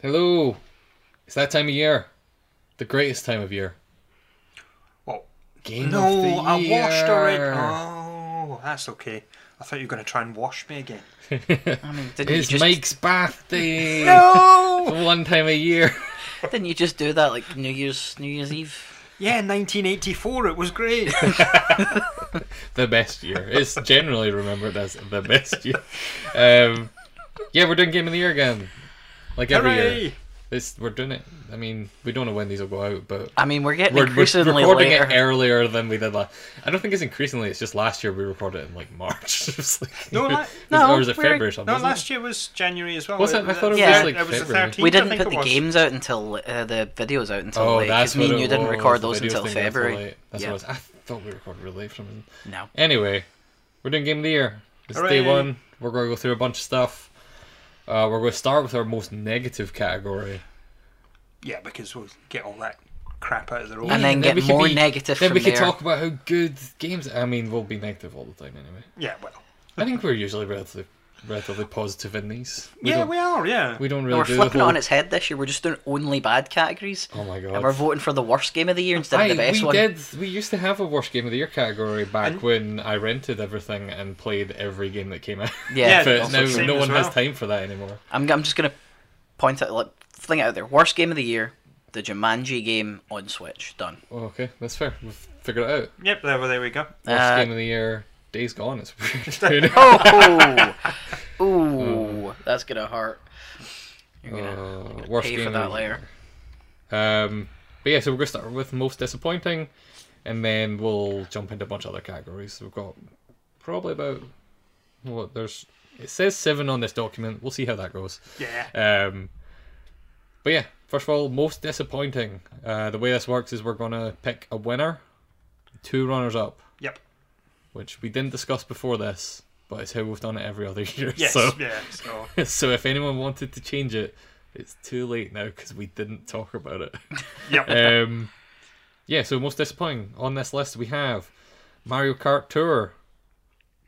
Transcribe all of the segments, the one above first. Hello. It's that time of year. The greatest time of year. Well, Game no, of the I year. washed already. Oh, that's okay. I thought you were going to try and wash me again. I mean, didn't It's you just Mike's birthday. No! One time a year. didn't you just do that like New Year's New Year's Eve? Yeah, 1984, it was great. the best year. It's generally remembered as the best year. Um, yeah, we're doing Game of the Year again. Like every year. Hooray! It's, we're doing it. I mean, we don't know when these will go out, but I mean, we're getting we're, we're increasingly recording later. it earlier than we did last. I don't think it's increasingly. It's just last year we recorded it in like March. It was like- No, it la- was- no, or was it we're- February or something? No, wasn't it? last year was January as well. Was it? I thought it was the- like it was the February. 13th, we I didn't think put it the was. games out until uh, the videos out until Oh, late. 'cause that's me what and it you didn't was. record The those videos until thing got until February. late. That's Yeah. what it was. I thought we recorded really late from it. No. Anyway, we're doing Game of the Year. It's Hooray. day one. We're going to go through a bunch of stuff. Uh, we're going to start with our most negative category. Yeah, because we'll get all that crap out of the road. And then get we can more negative Then from we can there. talk about how good games. I mean, we'll be negative all the time anyway. yeah, well. I think we're usually relatively, relatively positive in these. We Yeah, don't, we are, yeah. we don't really. And we're do the flipping it on whole- its head this year. We're just doing only bad categories. Oh my god. And we're voting for the worst game of the year instead of Aye, the best we one. did. We used to have a worst game of the year category back when I rented everything and played every game that came out. Yeah, Yeah, but also now same no as one well. has time for that anymore. I'm, I'm just gonna point out, like, fling it out there. Worst game of the year, the Jumanji game on Switch. Done. Oh, okay, that's fair. We've figured it out. Yep, there, well, there we go. Worst Uh, game of the year. Days gone. It's weird. dude. Oh, Mm. ooh, that's gonna hurt. You're gonna Uh, worst pay game for of that the later. year. Um, but yeah, so we're gonna start with most disappointing, and then we'll jump into a bunch of other categories. We've got probably about what there's. It says seven on this document. We'll see how that goes. Yeah. Um, but yeah, first of all, most disappointing. Uh, the way this works is we're gonna pick a winner, two runners up, Yep. which we didn't discuss before this, but it's how we've done it every other year. Yes, So, yeah. So, so if anyone wanted to change it, it's too late now because we didn't talk about it. yep. um, yeah, so most disappointing on this list we have Mario Kart Tour,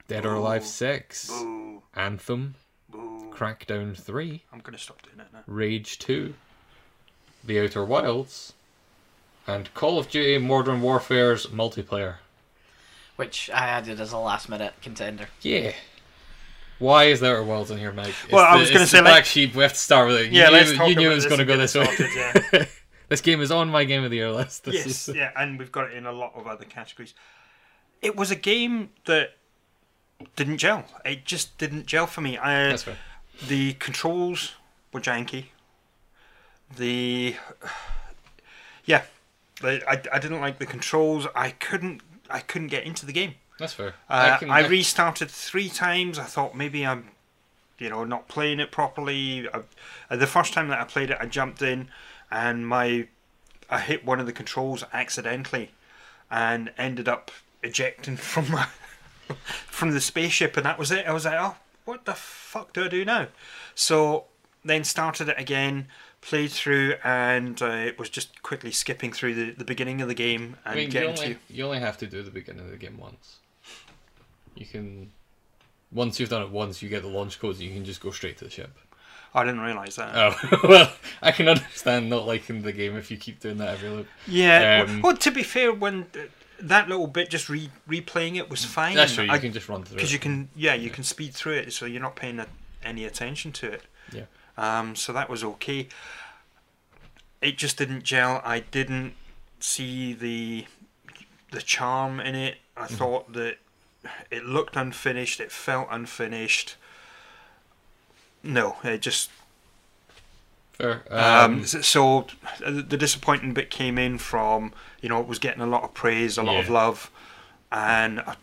Dead or Alive Six, Boo, Anthem, boo. Crackdown Three. I'm going to stop doing it now. Rage 2, The Outer Wilds, and Call of Duty Modern Warfare's multiplayer. Which I added as a last minute contender. Yeah. Why is The Outer Wilds in here, Mike? It's Well, I the- was gonna it's say, the like- black sheep. We have to start with it. You Yeah, knew, let's talk you knew about it was this going to and go get this it way. sorted, this game is on my game of the year list. This Yes, is, yeah, and we've got it in a lot of other categories. It was a game that didn't gel. It just didn't gel for me. I, that's fair. The controls were janky. The yeah, the, I, I didn't like the controls. I couldn't I couldn't get into the game. That's fair. Uh, I, can- restarted three times. I thought maybe I'm, you know, not playing it properly. I, uh, the first time that I played it, I jumped in, and my, I hit one of the controls accidentally, and ended up ejecting from my, from the spaceship, and that was it. I was like, oh, what the fuck do I do now? So then started it again. Played through and uh, it was just quickly skipping through the, the beginning of the game and I mean, you getting only, to you only have to do the beginning of the game once. You can. Once you've done it once, you get the launch codes, you can just go straight to the ship. I didn't realise that. Oh well, I can understand not liking the game if you keep doing that every loop. Yeah. Um, well, well, to be fair, when uh, that little bit just re- replaying it was fine. That's true. You I- can just run through. it. you can, yeah, you can speed through it, so you're not paying a, any attention to it. Yeah. Um, so that was okay. It just didn't gel. I didn't see the the charm in it. I Mm-hmm. thought that it looked unfinished. It felt unfinished. No, it just Fair. um, Um, s- so uh, the disappointing bit came in from you know it was getting a lot of praise, a lot of Yeah. love, and I-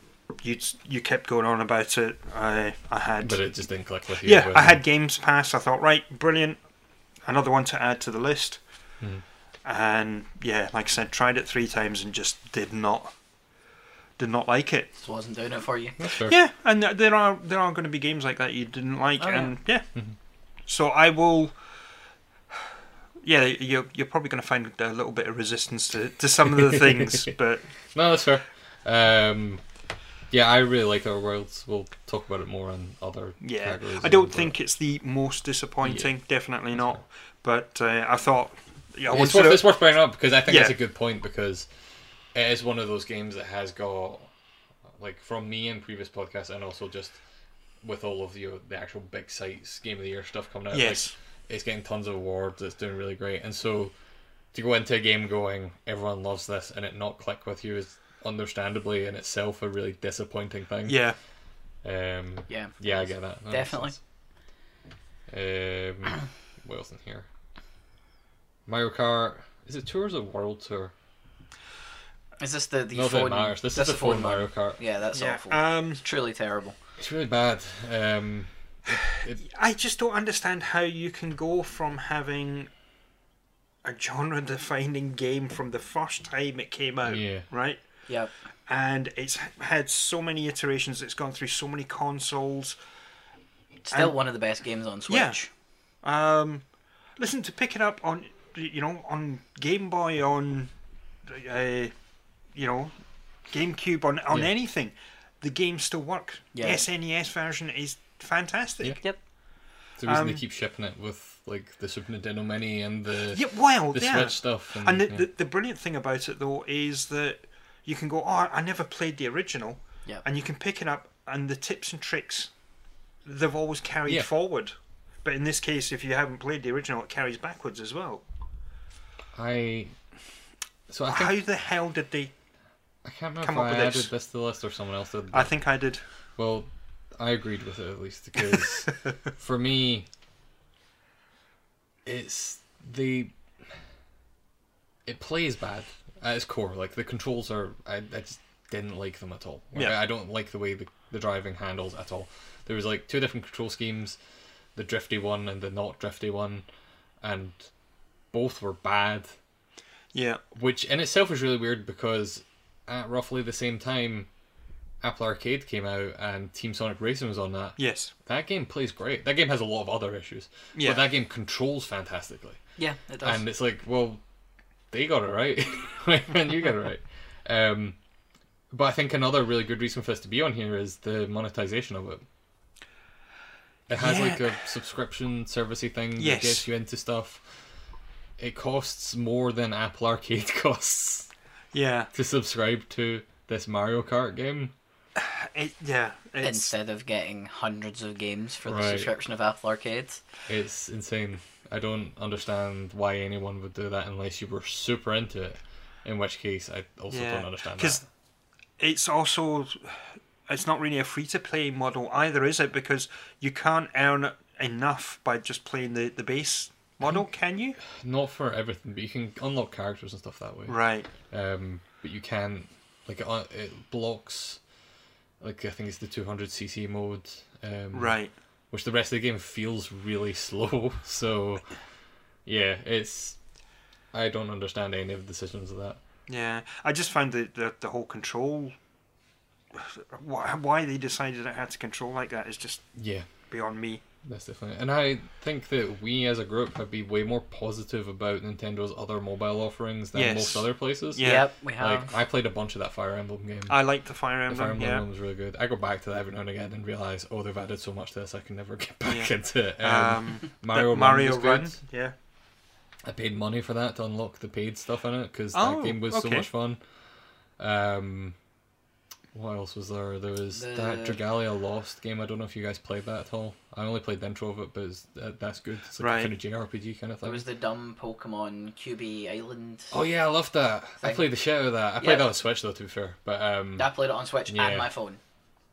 you s- you kept going on about it. I I had but it just didn't click with you. yeah when- I had Games Pass. I thought right, brilliant, another one to add to the list. Hmm. And yeah, like I said, tried it three times and just did not did not like it. Just wasn't doing it for you. That's fair. Yeah, and th- there are there are going to be games like that you didn't like, Oh, yeah. and yeah. Mm-hmm. So I will. Yeah, you're you're probably going to find a little bit of resistance to, to some of the things, but No, that's fair. Um, yeah, I really like our worlds. We'll talk about it more in other yeah, categories. I as don't well, think it's the most disappointing. Definitely not. But uh, I thought yeah, I It's went worth, through it's worth bringing up because I think it's Yeah. a good point because it is one of those games that has got like from me in previous podcasts and also just with all of the the actual big sites game of the year stuff coming out. like, Yes. it's getting tons of awards. It's doing really great, and so to go into a game going everyone loves this and it not click with you is understandably in itself a really disappointing thing. yeah, Um, Yeah. yeah, I get that. That makes Definitely. sense. Um, what else in here? Mario Kart. Is it Tours or World Tour? Is this the, the Not that phone? it matters. This is that's the phone Mario Kart. Yeah, that's yeah. awful. Um, Truly terrible. It's really bad. Um, I just don't understand how you can go from having a genre-defining game from the first time it came out, Yeah. right? Yeah. And it's had so many iterations. It's gone through so many consoles. Still And- one of the best games on Switch. Yeah. Um, listen to pick it up on you know on Game Boy on uh, you know GameCube on on Yeah. anything, the game still works. Yeah. The SNES version is fantastic. Yeah. Yep. it's the reason they Um, keep shipping it with like the Super Nintendo Mini and the Yeah, well, the yeah. Switch stuff. And, And the, Mm, yeah. the, the brilliant thing about it though is that you can go, oh, I never played the original, Yep. and you can pick it up, and the tips and tricks they've always carried Yeah. forward. But in this case, if you haven't played the original, it carries backwards as well. I so I think How the hell did they? I can't remember come if up I with added this? this. to the list or someone else did. I think I did. Well, I agreed with it at least because for me, it's the it plays bad at its core. Like the controls are, I, I just didn't like them at all. Like, Yeah. I don't like the way the, the driving handles at all. There was like two different control schemes, the drifty one and the not drifty one, and both were bad Yeah, which in itself is really weird because at roughly the same time Apple Arcade came out and Team Sonic Racing was on that. yes, That game plays great. That game has a lot of other issues, Yeah. but that game controls fantastically. Yeah, it does. And it's like, well, they got it right, and you got it right. Um, but I think another really good reason for this to be on here is the monetization of it. It has Yeah. like a subscription servicey thing Yes. that gets you into stuff. It costs more than Apple Arcade costs yeah, to subscribe to this Mario Kart game. it, yeah. It's, Instead of getting hundreds of games for the Right. subscription of Apple Arcade. It's insane. I don't understand why anyone would do that unless you were super into it. In which case, I also yeah, don't understand because that. it's also it's not really a free to play model either, is it? Because you can't earn enough by just playing the the base model, Mm-hmm. can you? Not for everything, but you can unlock characters and stuff that way. Right. Um, but you can like it, un- it blocks. Like I think it's the 200cc mode. Um, Right. Which the rest of the game feels really slow. So, yeah, it's. I don't understand any of the decisions of that. Yeah. I just found the the, the whole control. Why, why they decided it had to control like that is just Yeah. beyond me. That's definitely, and I think that we as a group have been way more positive about Nintendo's other mobile offerings than Yes. most other places. Yeah. Yep, we have. like I played a bunch of that Fire Emblem game. I like the Fire the Emblem. Fire Emblem yeah. one was really good. I go back to that every now and again and realize, oh, they've added so much to this, I can never get back Yeah. into it. Um, Um, the Mario Run Mario was Run. good. Yeah. I paid money for that to unlock the paid stuff in it because Oh, that game was so okay. much fun. Um, what else was there? There was that The- Dragalia Lost game. I don't know if you guys played that at all. I only played the intro of it, but it's, uh, that's good. It's like Right. a kind of JRPG kind of There thing. was the dumb Pokemon QB Island. Oh yeah, I loved that. I Thing. played the shit out of that. I Yeah. played that on Switch though, to be fair. But um, I played it on Switch Yeah. Mhm. and my phone.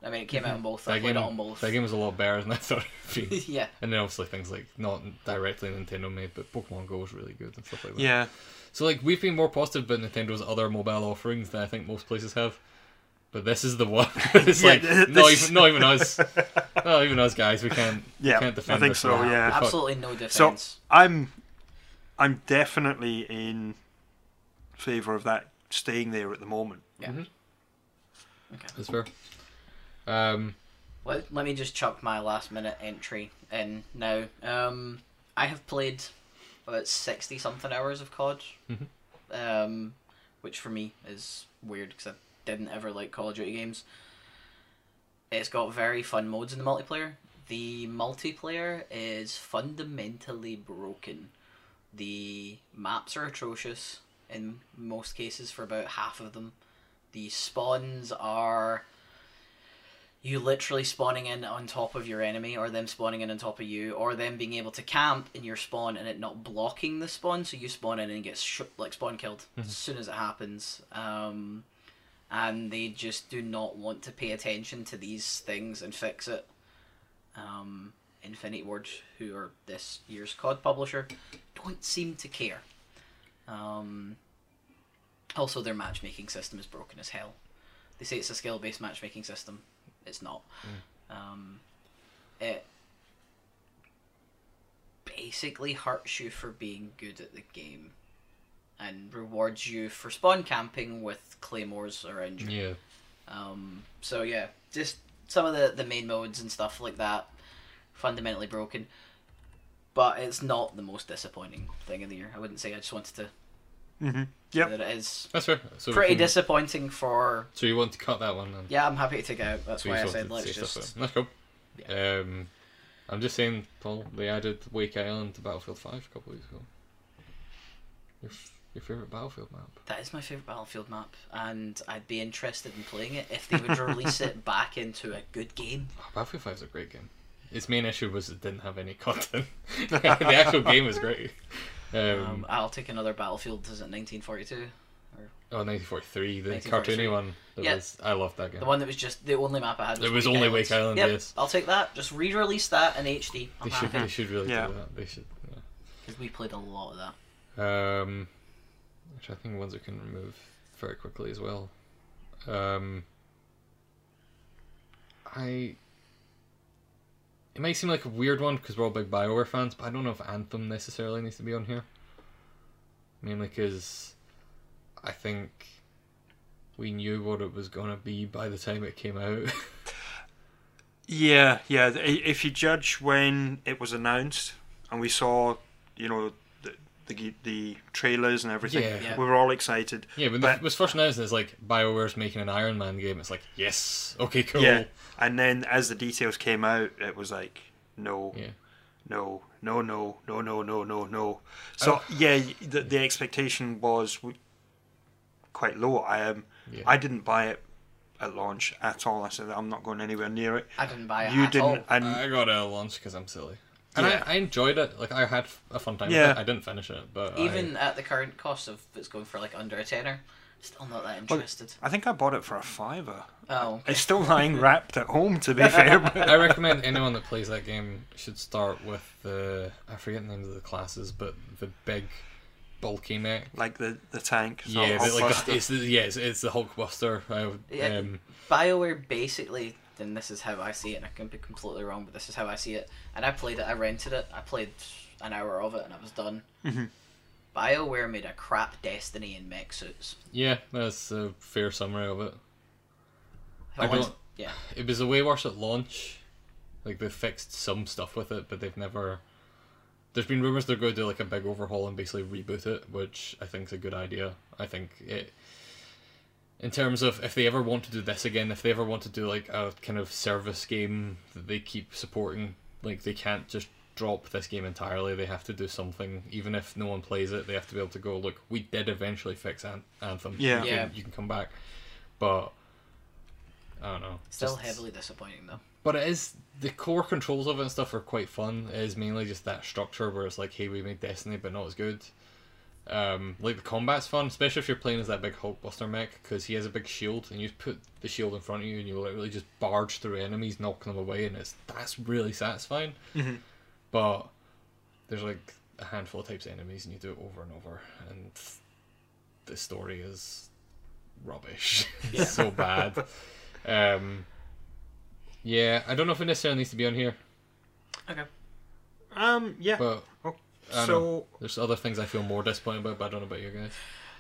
I mean, it came out on both. I that played game, it on both. that game was a lot better than I thought it'd be. yeah. and then obviously things like not directly Nintendo made, but Pokemon Go was really good and stuff like that. Yeah. So like we've been more positive about Nintendo's other mobile offerings than I think most places have. But this is the one. it's Yeah, like th- not this- even not even us. not even us guys. We can't Yeah, we can't defend I think this so, one. yeah. We fuck- Absolutely no So defense. I'm, I'm definitely in favor of that staying there at the moment. yeah. That's fair. Um Let, let me just chuck my last minute entry in now. Um, I have played about 60 something hours of COD, um, which for me is weird because I didn't ever like Call of Duty games. It's got very fun modes in the multiplayer. The multiplayer is fundamentally broken. The maps are atrocious in most cases for about half of them. The spawns are you literally spawning in on top of your enemy or them spawning in on top of you or them being able to camp in your spawn and it not blocking the spawn so you spawn in and get sh- like spawn killed as soon as it happens um, and they just do not want to pay attention to these things and fix it um, infinity ward who are this year's cod publisher don't seem to care um, also their matchmaking system is broken as hell they say it's a skill based matchmaking system. It's not. Um, it basically hurts you for being good at the game and rewards you for spawn camping with claymores around you. Yeah. Um, so yeah, just some of the, the main modes and stuff like that fundamentally broken. But it's not the most disappointing thing of the year. I wouldn't say. I just wanted to Mm-hmm. Yep. that it is That's fair. So, we pretty can- disappointing for. so you want to cut that one then? Yeah, I'm happy to take it out. That's So why I you said sorted let's the safe just stuff out. That's cool. Um, I'm just saying, Paul, they added Wake Island to Battlefield 5 a couple weeks ago. Your, f- your favourite Battlefield map. That is my favourite Battlefield map, and I'd be interested in playing it if they would release it back into a good game. Oh, Battlefield 5 is a great game. Its main issue was it didn't have any content. the actual game was great. Um, Um, I'll take another Battlefield, is it 1942? oh, 1943, the 1943. cartoony one. That Yeah. was, I loved that game. The one that was just the only map I had. Was It was Wake only Island. Wake Island, Yep, yes. I'll take that. Just re release that in HD. I'm they, should, they happy. should really Yeah. do that. They should. Yeah. Because we played a lot of that. Um, which I think ones we can remove very quickly as well. Um, I. It might seem like a weird one because we're all big Bioware fans, but I don't know if Anthem necessarily needs to be on here. Mainly because I think we knew what it was going to be by the time it came out. Yeah, yeah. i- If you judge when it was announced, and we saw, you know, the the, g- the trailers and everything, Yeah. Yeah. we were all excited. yeah, when But- it was first announced, it's like Bioware's making an Iron Man game. It's like, yes, okay, cool. Yeah. And then as the details came out, it was like, no, Yeah. no, no, no, no, no, no, no, no. So Oh. yeah, y- the, the expectation was w- quite low. I um, Yeah. I didn't buy it at launch at all. I said I'm not going anywhere near it. I didn't buy it You at all. didn't, and I got out of lunch because I'm silly. And Yeah. I, I enjoyed it. Like I had f- a fun time. Yeah. With it. I didn't finish it, but Even at the current cost of it's going for like under a tenner, still not that interested. I think I bought it for a fiver. Oh, It's still lying wrapped at home, to be fair. but- I, I recommend anyone that plays that game should start with the I forget the names of the classes, but the big bulky mech. like the the tank. is Yeah, not the, like Hulkbuster. the, it's the, yeah, it's, it's the Hulkbuster. I, would- Yeah. um, BioWare basically, and this is how I see it, and I can be completely wrong, but this is how I see it. And I played it, I rented it, I played an hour of it, and I was done. BioWare made a crap Destiny in mech suits. yeah, that's a fair summary of it. If I I don't- want- Yeah, It was a way worse at launch. Like they fixed some stuff with it, but they've never. There's been rumors they're going to do like a big overhaul and basically reboot it, which I think is a good idea. I think it. In terms of if they ever want to do this again, if they ever want to do like a kind of service game that they keep supporting, like they can't just drop this game entirely. They have to do something, even if no one plays it. They have to be able to go, look, we did eventually fix An- Anthem. you Yeah. can, Yeah. you can come back, but I don't know. still just- heavily disappointing though. but it is the core controls of it and stuff are quite fun. It is mainly just that structure where it's like, hey, we made Destiny, but not as good. Um, like the combat's fun, especially if you're playing as that big Hulkbuster mech, because he has a big shield, and you just put the shield in front of you, and you literally just barge through enemies, knocking them away, and it's that's really satisfying. But there's like a handful of types of enemies, and you do it over and over, and the story is rubbish. It's so bad. Um, yeah, I don't know if it necessarily needs to be on here, Okay. Um, yeah. but I don't know. so there's other things I feel more disappointed about, but I don't know about you guys.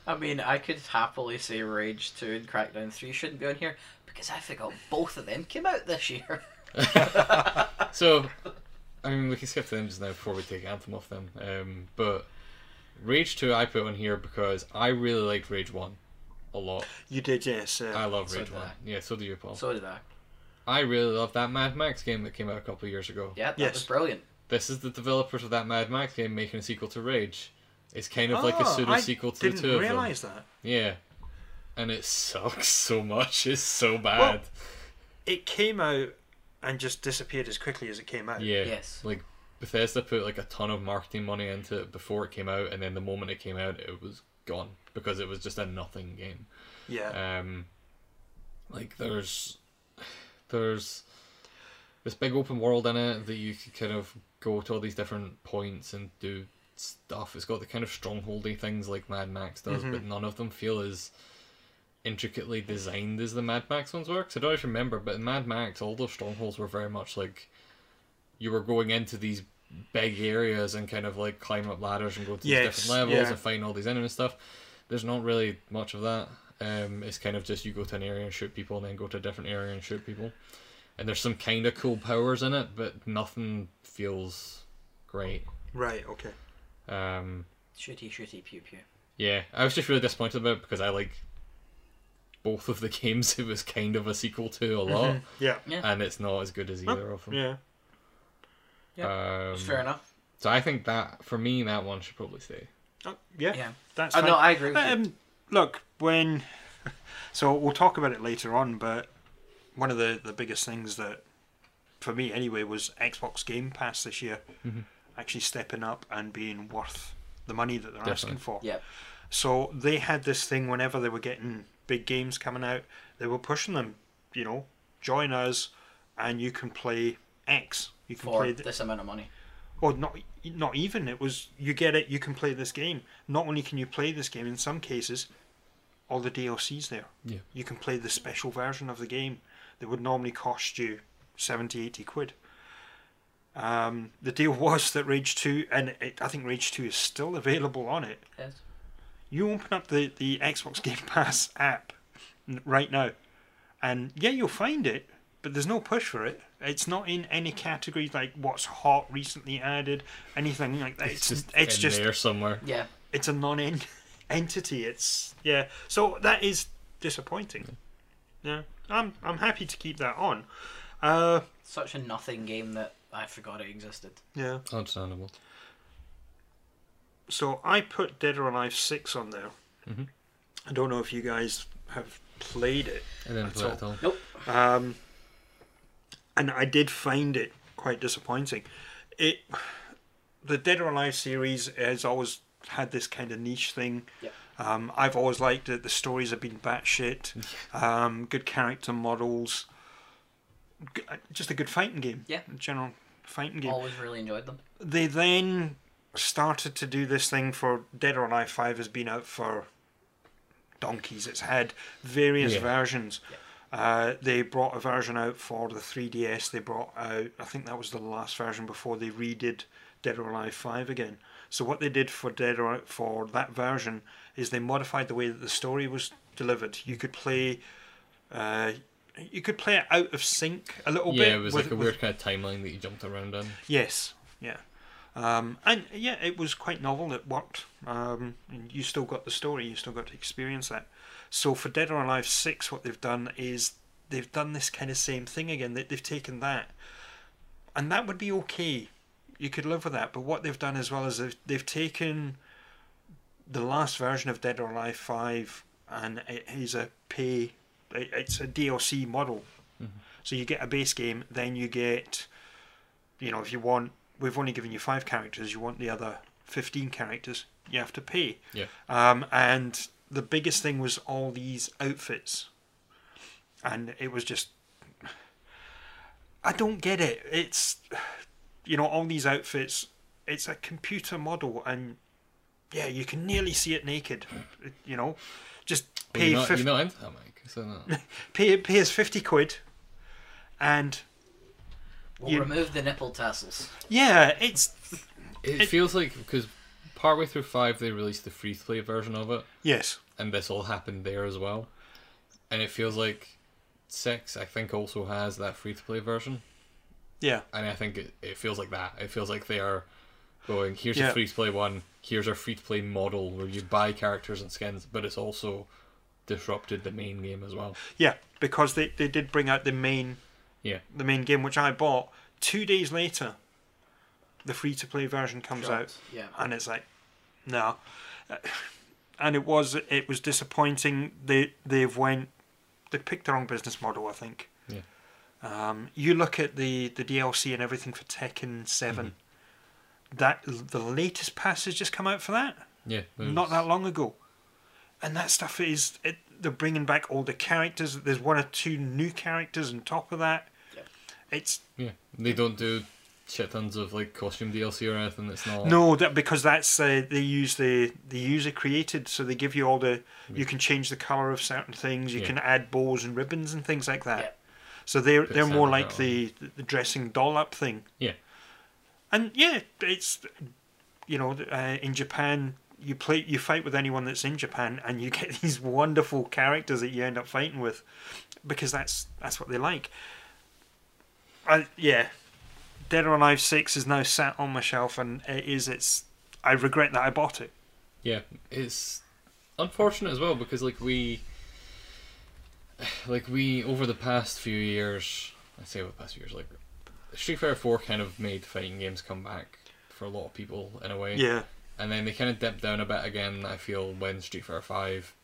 I mean, I could happily say Rage 2 and Crackdown 3 shouldn't be on here because I forgot both of them came out this year. So, I mean, we can skip to them just now before we take Anthem off them. Um, but Rage 2 I put on here because I really liked Rage 1 a lot. you did, yes. Uh, I love So Rage did 1. I. Yeah, so do you, Paul. So did I. I really love that Mad Max game that came out a couple of years ago. Yeah, that Yes. was brilliant. This is the developers of that Mad Max game making a sequel to Rage. It's kind of like a Oh, Ah, pseudo I sequel to didn't the two of them. realize that. Yeah, and it sucks so much. It's so bad. Well, It came out and just disappeared as quickly as it came out. yeah. yes. Like Bethesda put like a ton of marketing money into it before it came out, and then the moment it came out, it was gone because it was just a nothing game. Yeah. Um, like there's there's this big open world in it that you could kind of go to all these different points and do stuff. It's got the kind of strongholdy things like Mad Max does, but Mm-hmm. none of them feel as intricately designed as the Mad Max ones were. 'Cause I don't know if you remember, but in Mad Max, all those strongholds were very much like you were going into these big areas and kind of like climb up ladders and go to these Yes, different levels yeah. and find all these enemy stuff. There's not really much of that. Um, it's kind of just you go to an area and shoot people, and then go to a different area and shoot people. And there's some kind of cool powers in it, but nothing feels great. Right. Okay. Um, Shooty, shooty, pew pew. yeah, I was just really disappointed about it because I like both of the games. It was kind of a sequel to a lot, Yeah. Yeah. and it's not as good as either of them. Mm-hmm. Yeah. Um, Mm. Fair enough. So I think that for me, that one should probably stay. Oh, yeah. Yeah. That's Oh, fine. no, I agree with you. um, Look, when so we'll talk about it later on, but one of the the biggest things that for me anyway was Xbox Game Pass this year actually stepping up and being worth the money that they're asking Definitely. for. Yep. So they had this thing whenever they were getting big games coming out, they were pushing them, you know, join us and you can play X. You can For play th- this amount of money. or not not even it was you get it you can play this game not only can you play this game in some cases all the dlc's there Yeah. you can play the special version of the game that would normally cost you 70 80 quid um, the deal was that rage 2 and it, i think rage 2 is still available on it Yes. you open up the, the xbox game pass app n- right now and yeah you'll find it but there's no push for it it's not in any category like what's hot recently added anything like that it's, just it's in just there somewhere. Yeah. it's a non entity it's yeah so that is disappointing yeah i'm i'm happy to keep that on uh Such a nothing game that I forgot it existed. yeah Understandable. so i put dead or alive 6 on there Mhm. i don't know if you guys have played it I didn't That's play it all. at all. Nope. Um, and I did find it quite disappointing. It, the Dead or Alive series has always had this kind of niche thing. Yep. Um, I've always liked it. The stories have been batshit. Um, good character models. G- uh, Just a good fighting game. Yeah. General fighting game Always really enjoyed them. they then started to do this thing for Dead or Alive 5 has been out for donkeys. It's had various Yeah. versions. Uh, they brought a version out for the 3DS. They brought out, I think that was the last version before they redid Dead or Alive 5 again. So what they did for Dead or for that version is they modified the way that the story was delivered. You could play, uh, you could play it out of sync a little bit. Yeah, it was Oh, with- like a with- weird kind of timeline that you jumped around in. Yes, yeah. Um, and yeah, it was quite novel. It worked. Um, and you still got the story. You still got to experience that. So for Dead or Alive Six, what they've done is they've done this kind of same thing again. They, they've taken that, and that would be okay. You could live with that. But what they've done as well is they've they've taken the last version of Dead or Alive Five, and it is a pay. it- It's a DLC model. Mm-hmm. So you get a base game, then you get you know, if you want, we've only given you five characters, you want the other 15 characters, you have to pay. Yeah. Um, and the biggest thing was all these outfits. And it was just. I don't get it. It's. You know, all these outfits, it's a computer model, and yeah, you can nearly see it naked. You know, just Well, pay you're, not, 50 you're not into that, Mike. So no. pay, pay us 50 quid, and We'll You- remove the nipple tassels. yeah, it's. it, feels like because partway through five they released the free to play version of it, Yes. and this all happened there as well. And it feels like six, I think, also has that free to play version, Yeah. and I think it, it feels like that. It feels like they are going here's Yeah. a free to play one, here's our free to play model where you buy characters and skins, but it's also disrupted the main game as well. Yeah, because they, they did bring out the main Yeah, the main game, which I bought. Two days later, the free to play version comes out, Yeah. and it's like, No. Uh, And it was it was disappointing. They they've went they picked the wrong business model. I think. Yeah. Um, you look at the the DLC and everything for Tekken 7 That the latest pass has just come out for that Yeah. not that long ago. And that stuff is it, they're bringing back older characters. There's one or two new characters on top of that. Yep. It's Yeah. They don't do shit tons of like costume DLC or anything. It's not. no that because that's uh, they use the the user created, so they give you all the you can change the color of certain things. You Yeah. can add bows and ribbons and things like that. Yep. So they're Puts they're that more on like that the the dressing doll up thing. Yeah. And yeah, it's you know uh, in Japan you play you fight with anyone that's in Japan and you get these wonderful characters that you end up fighting with because that's that's what they like. I yeah, Dead or Alive Six is now sat on my shelf and it is it's. I regret that I bought it. Yeah, it's unfortunate as well because like we, like we over the past few years, I say over the past few years, like Street Fighter Four kind of made fighting games come back for a lot of people in a way. Yeah, and then they kind of dipped down a bit again. I feel when Street Fighter Five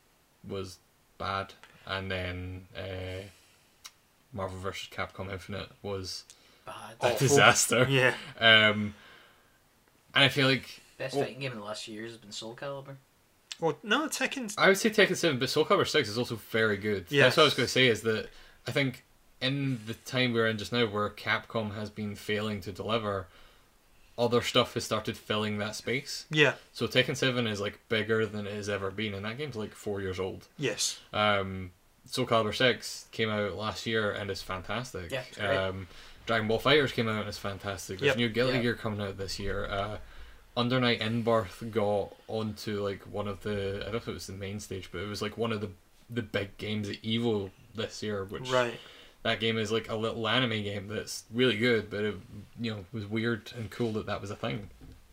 was bad, and then uh, Marvel vs. Capcom Infinite was Bad. a Awful. disaster. yeah, Um, and I feel like Best Oh. fighting game in the last few years has been Soul Calibur. well, no, Tekken's I would say Tekken Seven, but Soul Calibur Six is also very good. That's what I was Yes. going to say. Is that I think in the time we're in just now, where Capcom has been failing to deliver, other stuff has started filling that space. yeah, So Tekken Seven is like bigger than it has ever been, and that game's like four years old. yes, Um, Soul Calibur Six came out last year and is fantastic. Yeah, it's great. um, Dragon Ball Fighters came out and is fantastic. There's Yep. new Guilty Yeah. Gear coming out this year. Uh, Under Night Inbirth got onto like one of the I don't know if it was the main stage, but it was like one of the the big games at Evo this year. Which right, that game is like a little anime game that's really good, but it you know was weird and cool that that was a thing.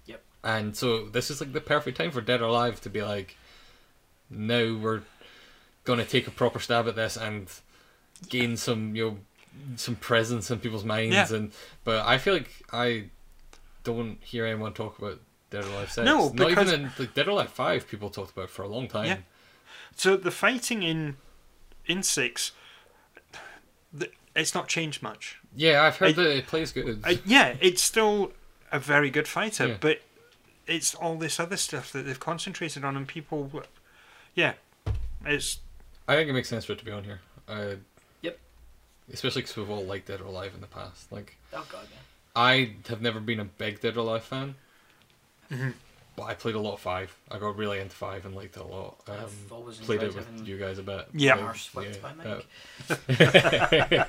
Yep. And so this is like the perfect time for Dead or Alive to be like, now we're gonna take a proper stab at this and gain some you know some presence in people's minds Yeah. and but I feel like I don't hear anyone talk about Dead or Alive Six. No, not because- even in like Dead or Alive Five people talked about for a long time. Yeah. So the fighting in in six, th- it's not changed much. Yeah, I've heard I- that it plays good. Uh, yeah, it's still a very good fighter, Yeah. but it's all this other stuff that they've concentrated on, and people, yeah, it's I think it makes sense for it to be on here. Uh, Yep. Especially because we've all liked Dead or Alive in the past. Like, Oh god, yeah. I have never been a big Dead or Alive fan, Mm-hmm. but I played a lot of Five. I got really into Five and liked it a lot. Um, I've always played it enjoyed with having you guys a bit. Yeah. Like, Are swept by Mike. uh,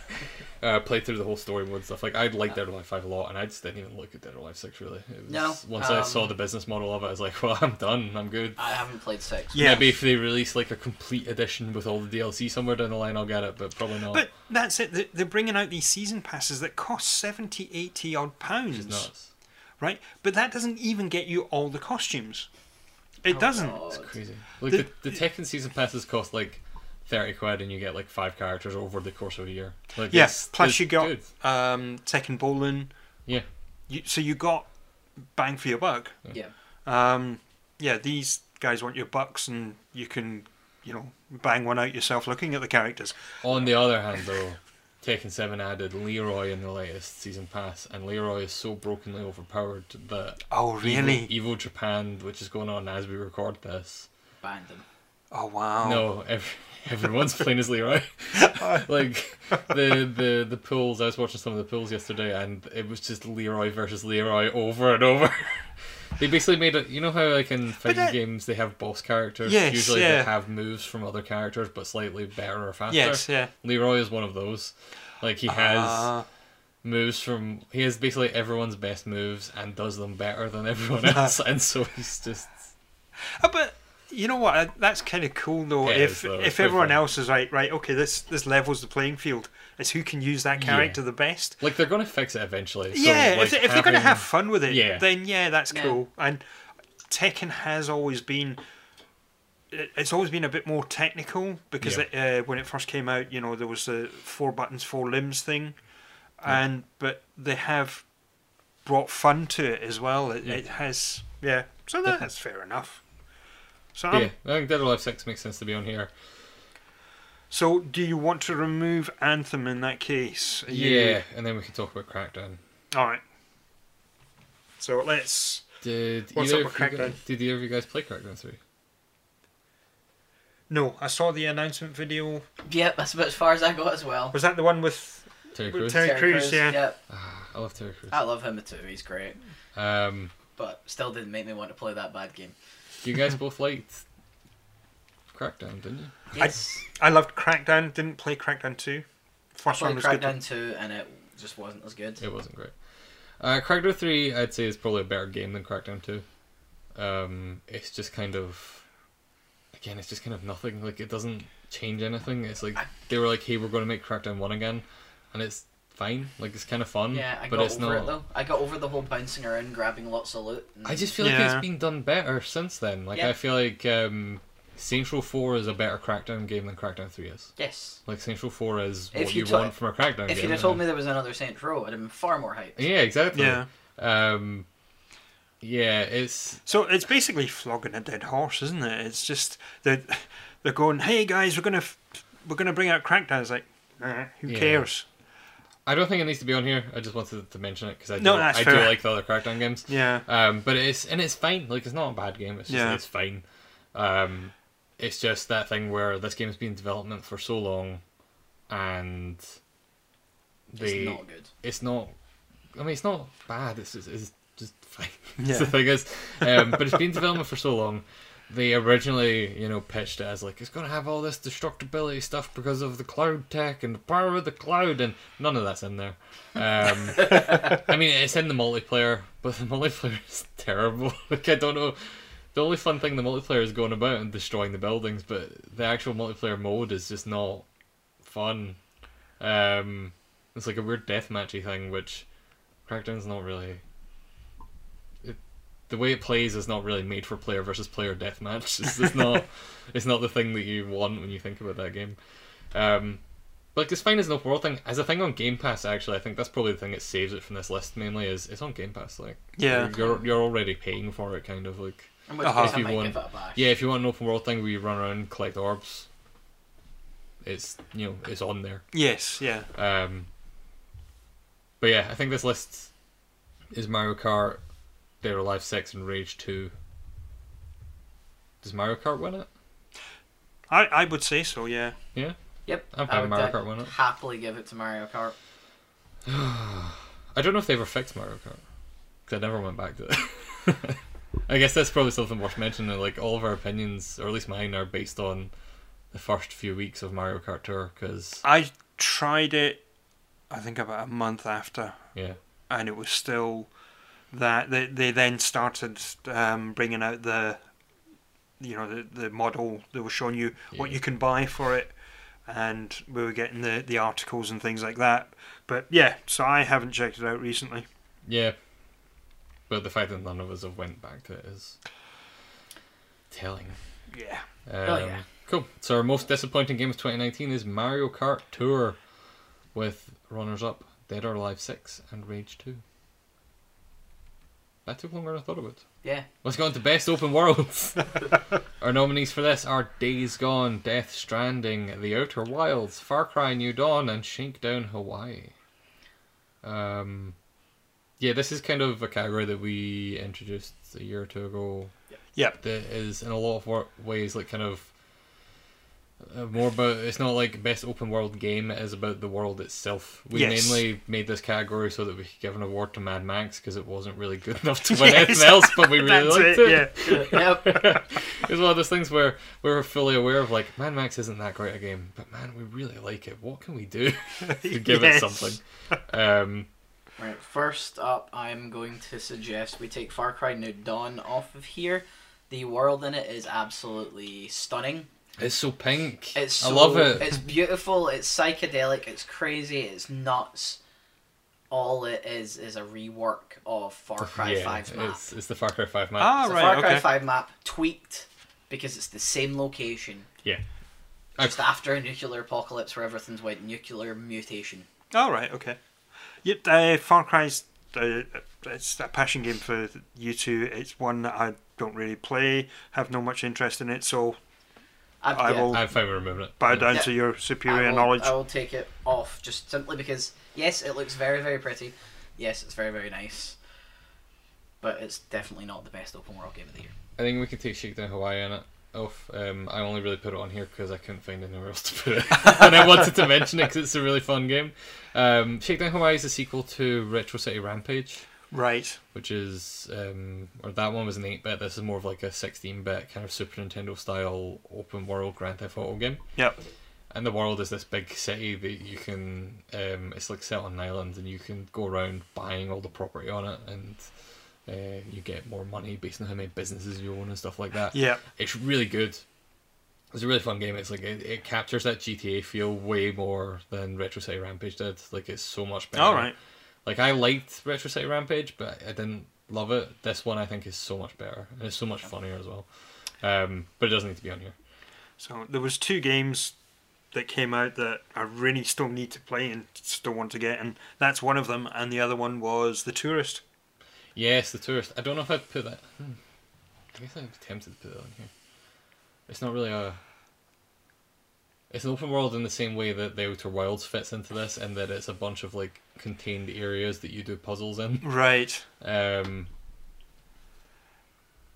uh, played through the whole story mode and stuff. Like, I liked Dead or Alive 5 a lot, and I just didn't even look at Dead or Alive 6 really. It was, No, Once I um, Uh, saw the business model of it, I was like, well, I'm done. I'm good. I haven't played six. yeah. Maybe if they release like a complete edition with all the DLC somewhere down the line, I'll get it, but probably not. But that's it. they- They're bringing out these season passes that cost 70, 80 odd Which is pounds, nuts. right? But that doesn't even get you all the costumes. It Oh, doesn't. God. Crazy. Like The- the, the Tekken season passes cost like thirty quid, and you get like five characters over the course of a year. Like Yes. it's- Plus, it's you got good. um, Tekken Bolin. yeah, You, so you got bang for your buck. Yeah. Um, yeah, these guys want your bucks, and you can, you know, bang one out yourself looking at the characters. On the other hand, though, Tekken 7 added Leroy in the latest season pass, and Leroy is so brokenly overpowered that Oh, really? Evil, Evil Japan, which is going on as we record this, Banned him. Oh, wow. no, ev everyone's playing as Leroy. like the the the pools. I was watching some of the pools yesterday, and it was just Leroy versus Leroy over and over. they basically made it. You know how like in fighting that- games they have boss characters. Yes, Usually yeah. they have moves from other characters, but slightly better or faster. Yes, yeah. Leroy is one of those. Like he has Ah, moves from he has basically everyone's best moves and does them better than everyone else, and so he's just uh, but you know what? uh, That's kind of cool though. It if is, though. It's if pretty everyone fun. else is right, right? Okay, this this levels the playing field. It's who can use that Yeah. character the best. like they're gonna fix it eventually. So, yeah, like, if, they, if they're going to having- have fun with it, Yeah. then yeah, that's Yeah. cool. And Tekken has always been. it- It's always been a bit more technical because Yeah. it, uh, when it first came out, you know, there was the four buttons, four limbs thing, and but they have brought fun to it as well. It, Yeah. it has Yeah, so that, that's fair enough. So, But I'm- yeah, I think Dead or Alive Six makes sense to be on here. so do you want to remove Anthem in that case? Are you- Yeah, and then we can talk about Crackdown. All right. So let's. Did What's either up with of you Crackdown? guys, did either of you guys play Crackdown Three? No, I saw the announcement video. Yep, that's about as far as I got as well. Was that the one with? Terry With Crews. Terry- Crews, yeah. Yep. Ah, I love Terry Crews. I love him too. He's great, Um, but still didn't make me want to play that bad game. you guys both liked Crackdown, didn't you? Yes, I loved Crackdown. Didn't play Crackdown two. I First played one was good. Crackdown two, and it just wasn't as good. It wasn't great. Uh, Crackdown 3, I'd say, is probably a better game than Crackdown 2. Um, it's just kind of. Again, it's just kind of nothing. Like, it doesn't change anything. It's like. They were like, hey, we're going to make Crackdown 1 again. And it's fine. Like, it's kind of fun. Yeah, I but got it's over not. it though. I got over the whole bouncing around, grabbing lots of loot. And I just feel like Yeah. it's been done better since then. Like, Yeah. I feel like um, Saints Row 4 is a better Crackdown game than Crackdown 3 is. yes. Like, Saints Row 4 is If what you you, to- want from a Crackdown game. If you'd have and told me there was another Saints Row, I'd have been far more hyped. Yeah, exactly. Yeah. Um, yeah, it's So it's basically flogging a dead horse, isn't it? It's just they're they're going, hey guys, we're gonna f- we're gonna bring out Crackdown. It's like, eh, who Yeah. cares? I don't think it needs to be on here. I just wanted to mention it because I do, No, that's I do fair. like the other Crackdown games. Yeah. Um, but it's and it's fine. Like it's not a bad game. It's just Yeah. it's fine. Um, it's just that thing where this game's been in development for so long, and they It's not good. it's not. I mean, it's not bad. It's just, it's just fine. Yeah. the thing is, um, but it's been in development for so long. They originally, you know, pitched it as like it's going to have all this destructibility stuff because of the cloud tech and the power of the cloud, and none of that's in there. Um, I mean, it's in the multiplayer, but the multiplayer is terrible. like, I don't know. The only fun thing the multiplayer is going about and destroying the buildings, but the actual multiplayer mode is just not fun. Um, it's like a weird deathmatchy thing, which Crackdown's not really. It, the way it plays is not really made for player versus player deathmatch. It's just not. it's not the thing that you want when you think about that game. Um, but like, it's fine as an open world thing. As a thing on Game Pass, actually, I think that's probably the thing that saves it from this list mainly. Is it's on Game Pass, like Yeah. you're you're already paying for it, kind of like In which Uh-huh. case, If I you might want- give it a bash. yeah. If you want an open world thing where you run around and collect orbs, it's you know it's on there. Yes. Yeah. Um, but yeah, I think this list is Mario Kart, Dead or Alive 6, and Rage 2. Does Mario Kart win it? I I would say so. Yeah. Yeah. Yep. I'm I fine would Mario uh, Kart, why not? happily give it to Mario Kart. I don't know if they ever fixed Mario Kart. Because I never went back to it. I guess that's probably something worth mentioning. Like, all of our opinions, or at least mine, are based on the first few weeks of Mario Kart Tour. Because, I tried it. I think about a month after, yeah. and it was still that they they then started um, bringing out the you know the the model they were showing you what Yeah. you can buy for it and we were getting the the articles and things like that but yeah so i haven't checked it out recently Yeah. But the fact that none of us have went back to it is telling. yeah Um, yeah. Cool. So our most disappointing game of 2019 is Mario Kart Tour, with runners-up Dead or Alive 6 and Rage 2. That took longer than I thought it would. Yeah. Let's go on to best open worlds. our nominees for this are Days Gone, Death Stranding, The Outer Wilds, Far Cry New Dawn, and Shakedown Hawaii. Um, yeah, this is kind of a category that we introduced a year or two ago yep that is in a lot of wor- ways like kind of uh, more about it's not like best open world game it is about the world itself we Yes. mainly made this category so that we could give an award to mad max because it wasn't really good enough to win Yes. anything else but we really that's liked it, it, yeah yep. it's one of those things where we were fully aware of like mad max isn't that great a game but man we really like it what can we do to give Yes. it something um Right. First up, I'm going to suggest we take Far Cry New Dawn off of here. The world in it is absolutely stunning. it's so pink It's so, i love it It's beautiful. It's psychedelic. It's crazy. It's nuts. All it is is a rework of Far Cry yeah, 5's map. it's, it's the far cry 5 map Ah, It's a right, Far Cry okay. 5 map tweaked because it's the same location. yeah Just after a nuclear apocalypse where everything's went nuclear mutation. All right, okay. Yep, uh, Far Cry's uh, it's a passion game for you two. It's one that I don't really play, have no much interest in it, so I've, I yeah, will I'm fine with removing it. bow down Yeah. to your superior I will, knowledge. I will take it off just simply because yes, it looks very very pretty. Yes, it's very very nice. But it's definitely not the best open world game of the year. I think we can take Shakedown Hawaii on it. Off. Um, I only really put it on here because I couldn't find anywhere else to put it, and I wanted to mention it because it's a really fun game. Um, Shakedown Hawaii is a sequel to Retro City Rampage, Right. which is um, or that one was an eight bit. This is more of like a sixteen bit kind of Super Nintendo style open world Grand Theft Auto game. Yep. And the world is this big city that you can. Um, it's like set on an island, and you can go around buying all the property on it, and uh, you get more money based on how many businesses you own and stuff like that. Yeah. It's really good. It's a really fun game. It's like it, it captures that GTA feel way more than Retro City Rampage did. Like it's so much better. All right. Like I liked Retro City Rampage, but I didn't love it. This one I think is so much better and it's so much funnier as well. Um, but it doesn't need to be on here. So there was two games that came out that I really still need to play and still want to get, and that's one of them. And the other one was The Tourist. Yes, the tourist. I don't know if I'd put that. Hmm. I guess I'd be tempted to put it on here. It's not really a. It's an open world in the same way that The Outer Wilds fits into this, and that it's a bunch of like contained areas that you do puzzles in. Right. Um,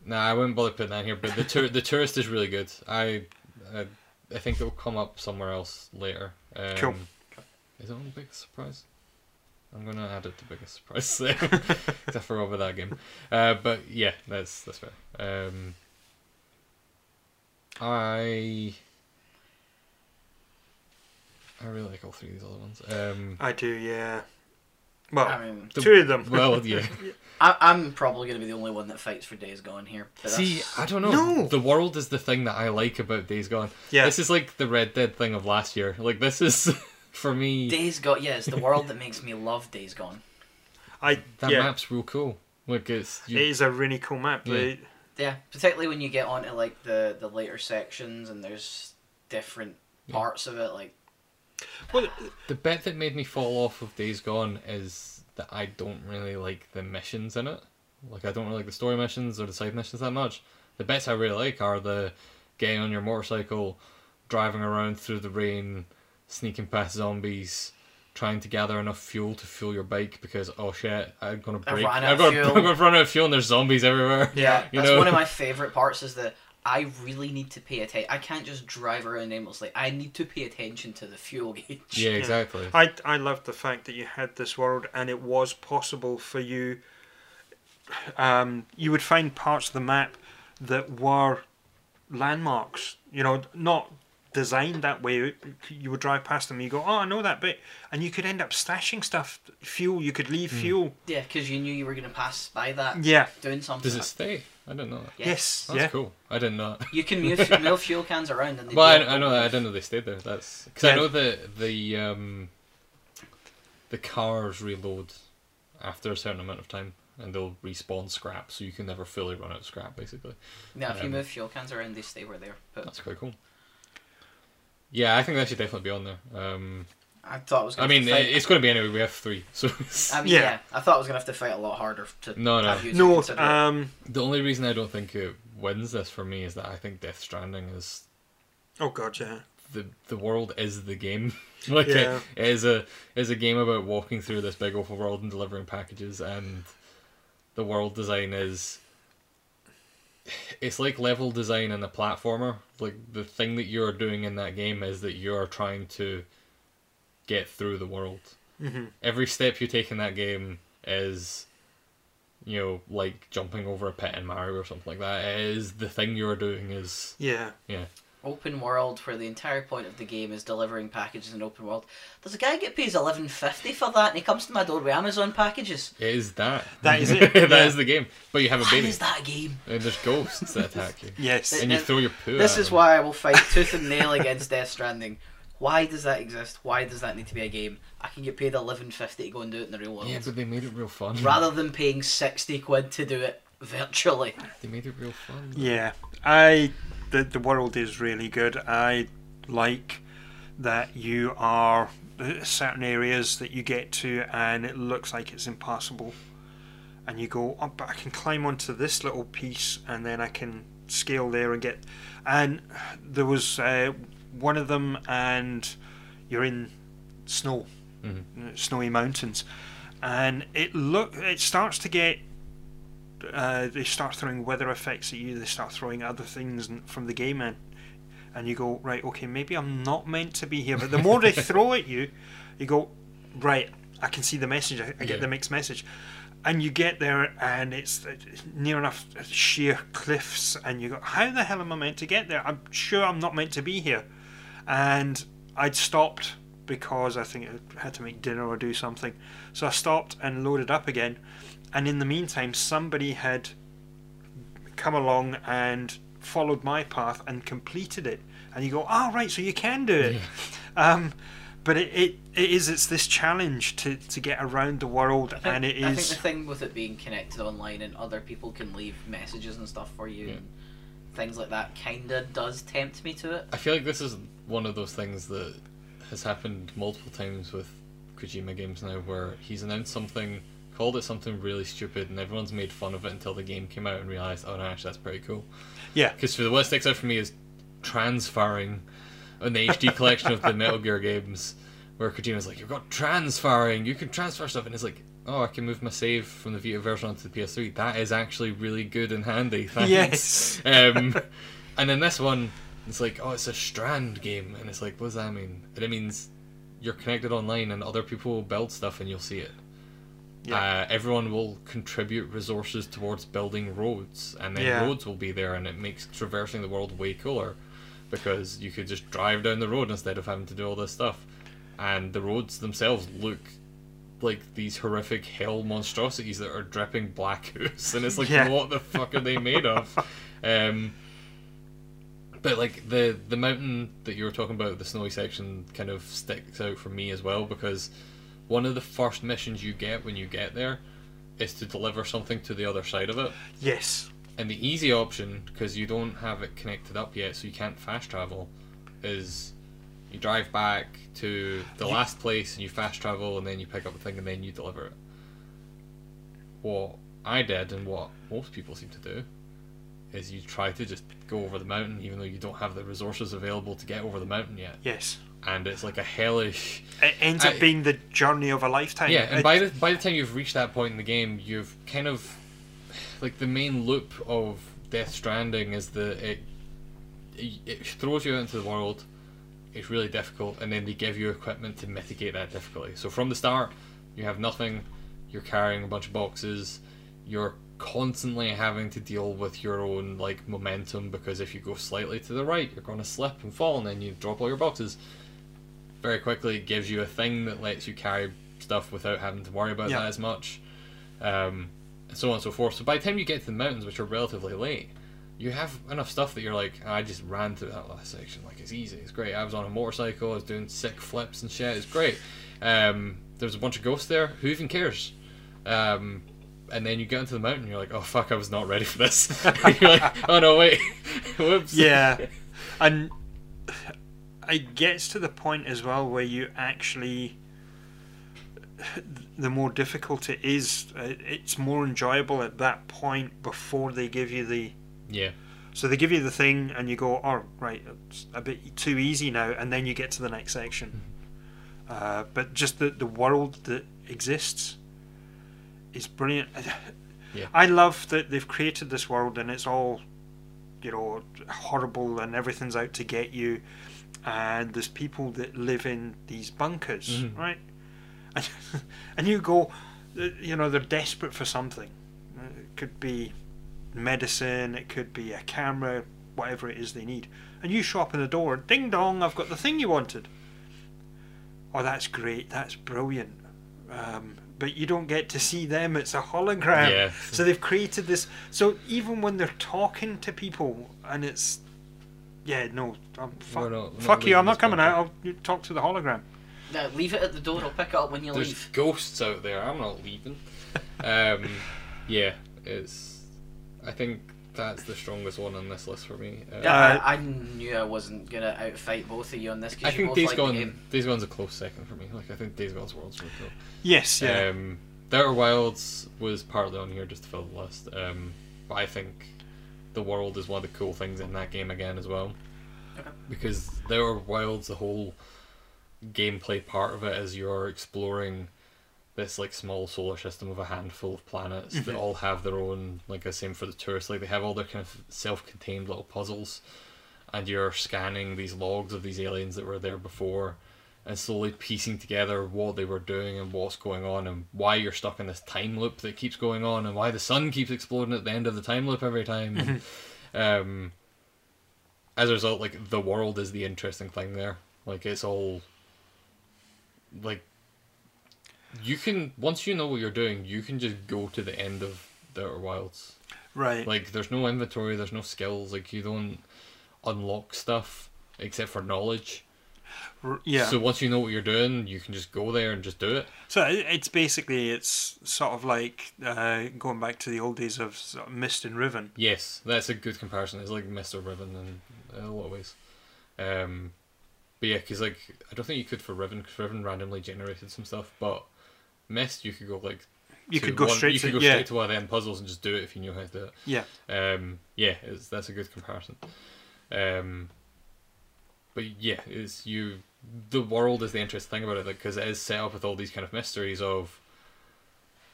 nah, I wouldn't bother putting that here. But the tour, the tourist is really good. I, I, I think it will come up somewhere else later. Um, Cool. Is it on biggest surprise? I'm gonna add it to biggest surprise there. 'Cause I forgot about that game. Uh, but yeah, that's that's fair. Um, I. I really like all three of these other ones. Um, I do, yeah. Well, I mean, the- two of them. well, yeah. I, I'm probably going to be the only one that fights for Days Gone here. But See, that's- I don't know. No. The world is the thing that I like about Days Gone. Yeah. This is like the Red Dead thing of last year. Like this is for me Days Gone, yeah, it's the world that makes me love Days Gone. I that yeah, map's real cool. Like it's you, it is a really cool map. Yeah. They- Yeah, particularly when you get onto like the the later sections and there's different parts of it. Like, well, the bit that made me fall off of Days Gone is that I don't really like the missions in it. Like I don't really like the story missions or the side missions that much. The bits I really like are the getting on your motorcycle, driving around through the rain, sneaking past zombies, trying to gather enough fuel to fuel your bike because oh shit, I'm gonna I break. ran I'm out of gonna, fuel. I'm gonna run out of fuel and there's zombies everywhere. Yeah, you that's know? one of my favorite parts is that I really need to pay attention. I can't just drive around aimlessly. I need to pay attention to the fuel gauge. Yeah, exactly. I I loved the fact that you had this world and it was possible for you. Um, you would find parts of the map that were landmarks. You know, not designed that way. You would drive past them, and you go, "Oh, I know that bit," and you could end up stashing stuff, fuel. You could leave fuel. Yeah, because you knew you were going to pass by that Yeah. doing something. Does it stay? I didn't know that. Yeah. Yes. That's yeah. cool. I didn't know. That. You can move, move fuel cans around and they Well, do. I, I know that. I didn't know they stayed there. That's because Yeah. I know the the um, the cars reload after a certain amount of time, and they'll respawn scrap, so you can never fully run out of scrap. Basically, Yeah, if you Um, move fuel cans around, they stay where they're put. that's quite cool. Yeah, I think that should definitely be on there. Um, I thought I was. I Gonna mean, have to it, fight. it's going to be anyway. We have three, so it's- I mean, yeah. Yeah. I thought I was gonna have to fight a lot harder to. No, no. Have you to No, consider it. um, the only reason I don't think it wins this for me is that I think Death Stranding is oh god, yeah. the the world is the game. like it- Yeah. it is a it is a game about walking through this big awful world and delivering packages and the world design is it's like level design in a platformer. Like the thing that you're doing in that game is that you're trying to get through the world. Mhm. Every step you take in that game is you know, like jumping over a pit in Mario or something like that. It is the thing you're doing is Yeah. yeah. Open world, where the entire point of the game is delivering packages in open world. There's a guy get pays eleven fifty for that, and he comes to my door with Amazon packages. It is that. That is That is it, yeah. the game. But you have a Why baby, is that a game? and there's ghosts that attack you, Yes. and you And throw your poo. This at is them. why I will fight tooth and nail against Death Stranding. Why does that exist? Why does that need to be a game? I can get paid eleven fifty to go and do it in the real world, Yeah, but they made it real fun. rather than paying sixty quid to do it virtually. they made it real fun. Yeah, I the the world is really good. I like that you are uh, certain areas that you get to and it looks like it's impassable and you go oh but i can climb onto this little piece and then i can scale there and get and there was uh, one of them and you're in snow snowy mountains and it look it starts to get uh, they start throwing weather effects at you they start throwing other things n- from the game in and you go right okay maybe i'm not meant to be here but the more they throw at you you go right i can see the message i, I get Yeah. the mixed message and you get there and it's uh, near enough sheer cliffs and you go how the hell am i meant to get there i'm sure i'm not meant to be here and I'd stopped because I think I had to make dinner or do something. So I stopped and loaded up again. And in the meantime, somebody had come along and followed my path and completed it. And you go, oh, right, so you can do it. Um, but it, it, it is, it's this challenge to, to get around the world, I think- and it I think the is. thing with it being connected online and other people can leave messages and stuff for you and things like that kinda does tempt me to it. I feel like this is one of those things that has happened multiple times with Kojima games now, where he's announced something, called it something really stupid, and everyone's made fun of it until the game came out and realized, oh no, actually that's pretty cool. Yeah. Because the worst sticks out for me is transferring on the HD collection of the Metal Gear games, where Kojima's like, you've got transferring, you can transfer stuff, and it's like, oh, I can move my save from the Vita version onto the PS3. That is actually really good and handy. Thanks. Yes. Um, and then this one, it's like, oh, it's a strand game, and it's like, what does that mean? And it means you're connected online, and other people will build stuff, and you'll see it. Uh, Yeah. everyone will contribute resources towards building roads, and then Yeah. roads will be there, and it makes traversing the world way cooler because you could just drive down the road instead of having to do all this stuff. And the roads themselves look like these horrific hell monstrosities that are dripping black ooze, and it's like, Yeah. what the fuck are they made of? Um, but like the the mountain that you were talking about, the snowy section, kind of sticks out for me as well because one of the first missions you get when you get there is to deliver something to the other side of it. Yes. And the easy option, because you don't have it connected up yet, so you can't fast travel, is you drive back to the last place and you fast travel, and then you pick up the thing and then you deliver it. What I did, and what most people seem to do, is you try to just go over the mountain, even though you don't have the resources available to get over the mountain yet. Yes. And it's like a hellish It ends up I- being the journey of a lifetime. yeah, and It- by the by the time you've reached that point in the game, you've kind of like the main loop of Death Stranding is that it it, it throws you out into the world. It's really difficult, and then they give you equipment to mitigate that difficulty. So from the start, you have nothing. You're carrying a bunch of boxes. You're constantly having to deal with your own like momentum because if you go slightly to the right, you're going to slip and fall, and then you drop all your boxes very quickly it gives you a thing that lets you carry stuff without having to worry about Yeah. that as much um, and so on and so forth so by the time you get to the mountains which are relatively late you have enough stuff that you're like "Ah, i just ran through that last section like it's easy it's great i was on a motorcycle i was doing sick flips and shit it's great um, there's a bunch of ghosts there who even cares um, and then you get into the mountain you're like oh fuck i was not ready for this you're like oh no wait whoops yeah and it gets to the point as well where you actually the more difficult it is uh, it's more enjoyable at that point before they give you the yeah so they give you the thing and you go oh right it's a bit too easy now and then you get to the next section uh, but just the, the world that exists is brilliant Yeah. i love that they've created this world and it's all you know horrible and everything's out to get you and there's people that live in these bunkers Mhm. right and, and you go uh, you know they're desperate for something Uh, it could be medicine it could be a camera whatever it is they need and you show up in the door ding dong i've got the thing you wanted oh that's great that's brilliant um, but you don't get to see them it's a hologram Yeah. so they've created this so even when they're talking to people and it's yeah no I'm We're fuck, not- we're not fuck you leaving i'm this not coming country. out i'll you talk to the hologram Now leave it at the door, I'll pick it up when you There's leave. ghosts out there. I'm not leaving. Um, yeah, it's. I think That's the strongest one on this list for me. Uh, Yeah, Uh, I, I knew I wasn't gonna outfight both of you on this I because you think both Days like the Gone. game. Days Gone's a close second for me. Like I think Days Gone's Worlds really cool. Yes, yeah. Um, the Outer Wilds was partly on here just to fill the list, um, but I think the world is one of the cool things in that game again as well, Okay. because the Outer Wilds, the whole gameplay part of it is you're exploring this like small solar system of a handful of planets Mm-hmm. that all have their own like I same for the tourists like they have all their kind of self-contained little puzzles and you're scanning these logs of these aliens that were there before and slowly piecing together what they were doing and what's going on and why you're stuck in this time loop that keeps going on and why the sun keeps exploding at the end of the time loop every time. And, um, as a result, like the world is the interesting thing there. Like it's all like you can once you know what you're doing, you can just go to the end of the Outer Wilds. right. Like there's no inventory, there's no skills. Like you don't unlock stuff except for knowledge. R- yeah. So So, once you know what you're doing, you can just go there and just do it. i- it's basically it's sort of like uh, going back to the old days of, sort of Mist and Riven. Yes, that's a good comparison. It's like Mr. Riven in a lot of ways. Um, but yeah, because like I don't think you could for Riven because Riven randomly generated some stuff, but Mist you could go like You to could go one- straight you to could go yeah, straight to one of them puzzles and just do it if you knew how to do it. yeah. Um, yeah, it's, that's a good comparison. Um, but yeah, it's you. The world is the interesting thing about it, because it is set up with all these kind of mysteries of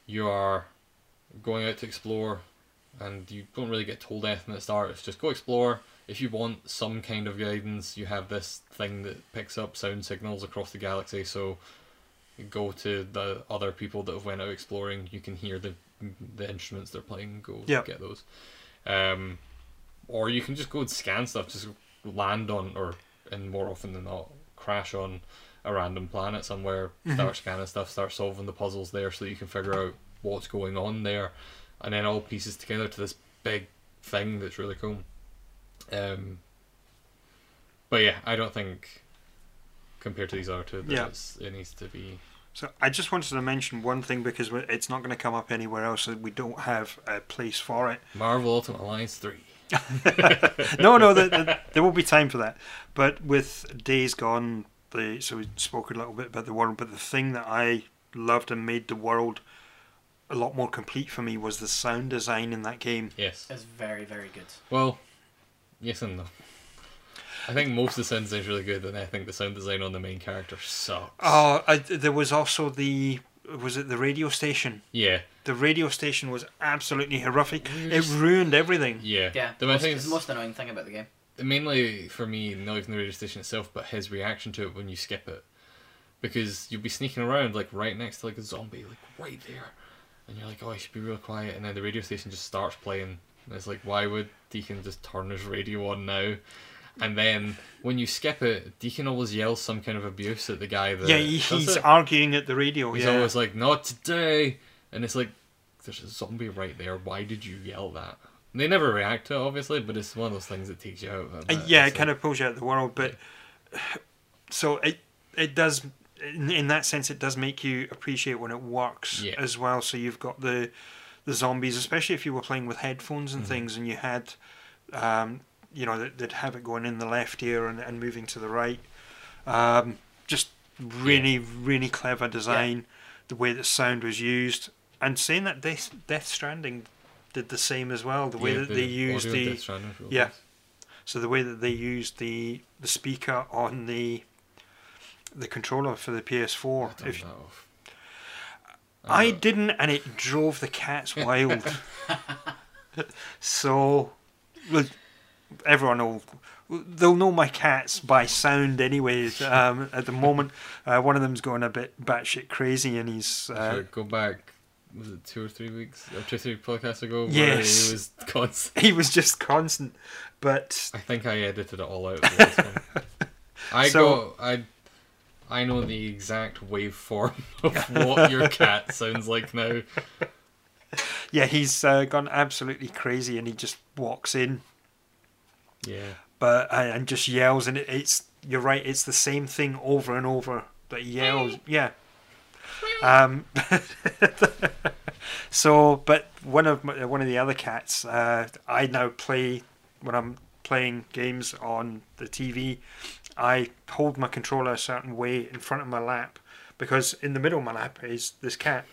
you are going out to explore, and you don't really get told anything at the start. It's just go explore. If you want some kind of guidance, you have this thing that picks up sound signals across the galaxy. So go to the other people that have went out exploring. You can hear the the instruments they're playing. Go Yeah. get those. Um, or you can just go and scan stuff, just land on, or and more often than not, crash on a random planet somewhere, Mm-hmm. start scanning stuff, start solving the puzzles there so that you can figure out what's going on there, and then all pieces together to this big thing that's really cool. Um, but yeah, I don't think compared to these other two, that Yeah. it's, it needs to be. So I just wanted to mention one thing because we- it's not going to come up anywhere else. and We don't have a place for it. Marvel Ultimate Alliance 3. no, no, the, the, there will be time for that. But with Days Gone, the so we spoke a little bit about the world, but the thing that I loved and made the world a lot more complete for me was the sound design in that game. Yes. It's very very good. Well, yes and no. I think most of the sound design is really good, and I think the sound design on the main character sucks. Oh, I, there was also the was it the radio station? Yeah, The radio station was absolutely horrific. We're It just- ruined everything. yeah. Yeah, The, I most, think it's the it's- most annoying thing about the game. mainly for me, not even the radio station itself, but his reaction to it when you skip it, because you'll be sneaking around like right next to like a zombie, like right there, and you're like, oh, I should be real quiet, and then the radio station just starts playing. And it's like, why would Deacon just turn his radio on now? And then when you skip it, Deacon always yells some kind of abuse at the guy that Yeah, he, does he's it. arguing at the radio. He's yeah. always like, not today. And it's like, there's a zombie right there. Why did you yell that? And they never react to it, obviously, but it's one of those things that takes you out. Of Uh, yeah, it kind of pulls you out of the world, but so it it does in, in that sense it does make you appreciate when it works Yeah. as well. So you've got the the zombies, especially if you were playing with headphones Mm-hmm. and things, and you had um, you know that they'd have it going in the left ear and, and moving to the right. Um, just really really clever design, the way that sound was used, and saying that Death, Death Stranding did the same as well. The way that they used audio of the Death Stranding is really yeah. good. So the way that they used the the speaker on the the controller for the I PS4, turned if that off. I Uh, didn't, and it drove the cats wild. so, well, everyone will they'll know my cats by sound, anyways. Um, at the moment, uh, one of them's going a bit batshit crazy, and he's uh, so go back. Was it two or three weeks or two or three podcasts ago? Where Yes. it was constant. he was just constant. But I think I edited it all out. for this one. I So- go. I I know the exact waveform of what your cat sounds like now. yeah, he's uh, gone absolutely crazy, and he just walks in Yeah. but uh, and and just yells and it, it's you're right it's the same thing over and over that he yells yeah Um, so, but one of my, one of the other cats, uh, I now play when I'm playing games on the TV. I hold my controller a certain way in front of my lap because in the middle of my lap is this cat,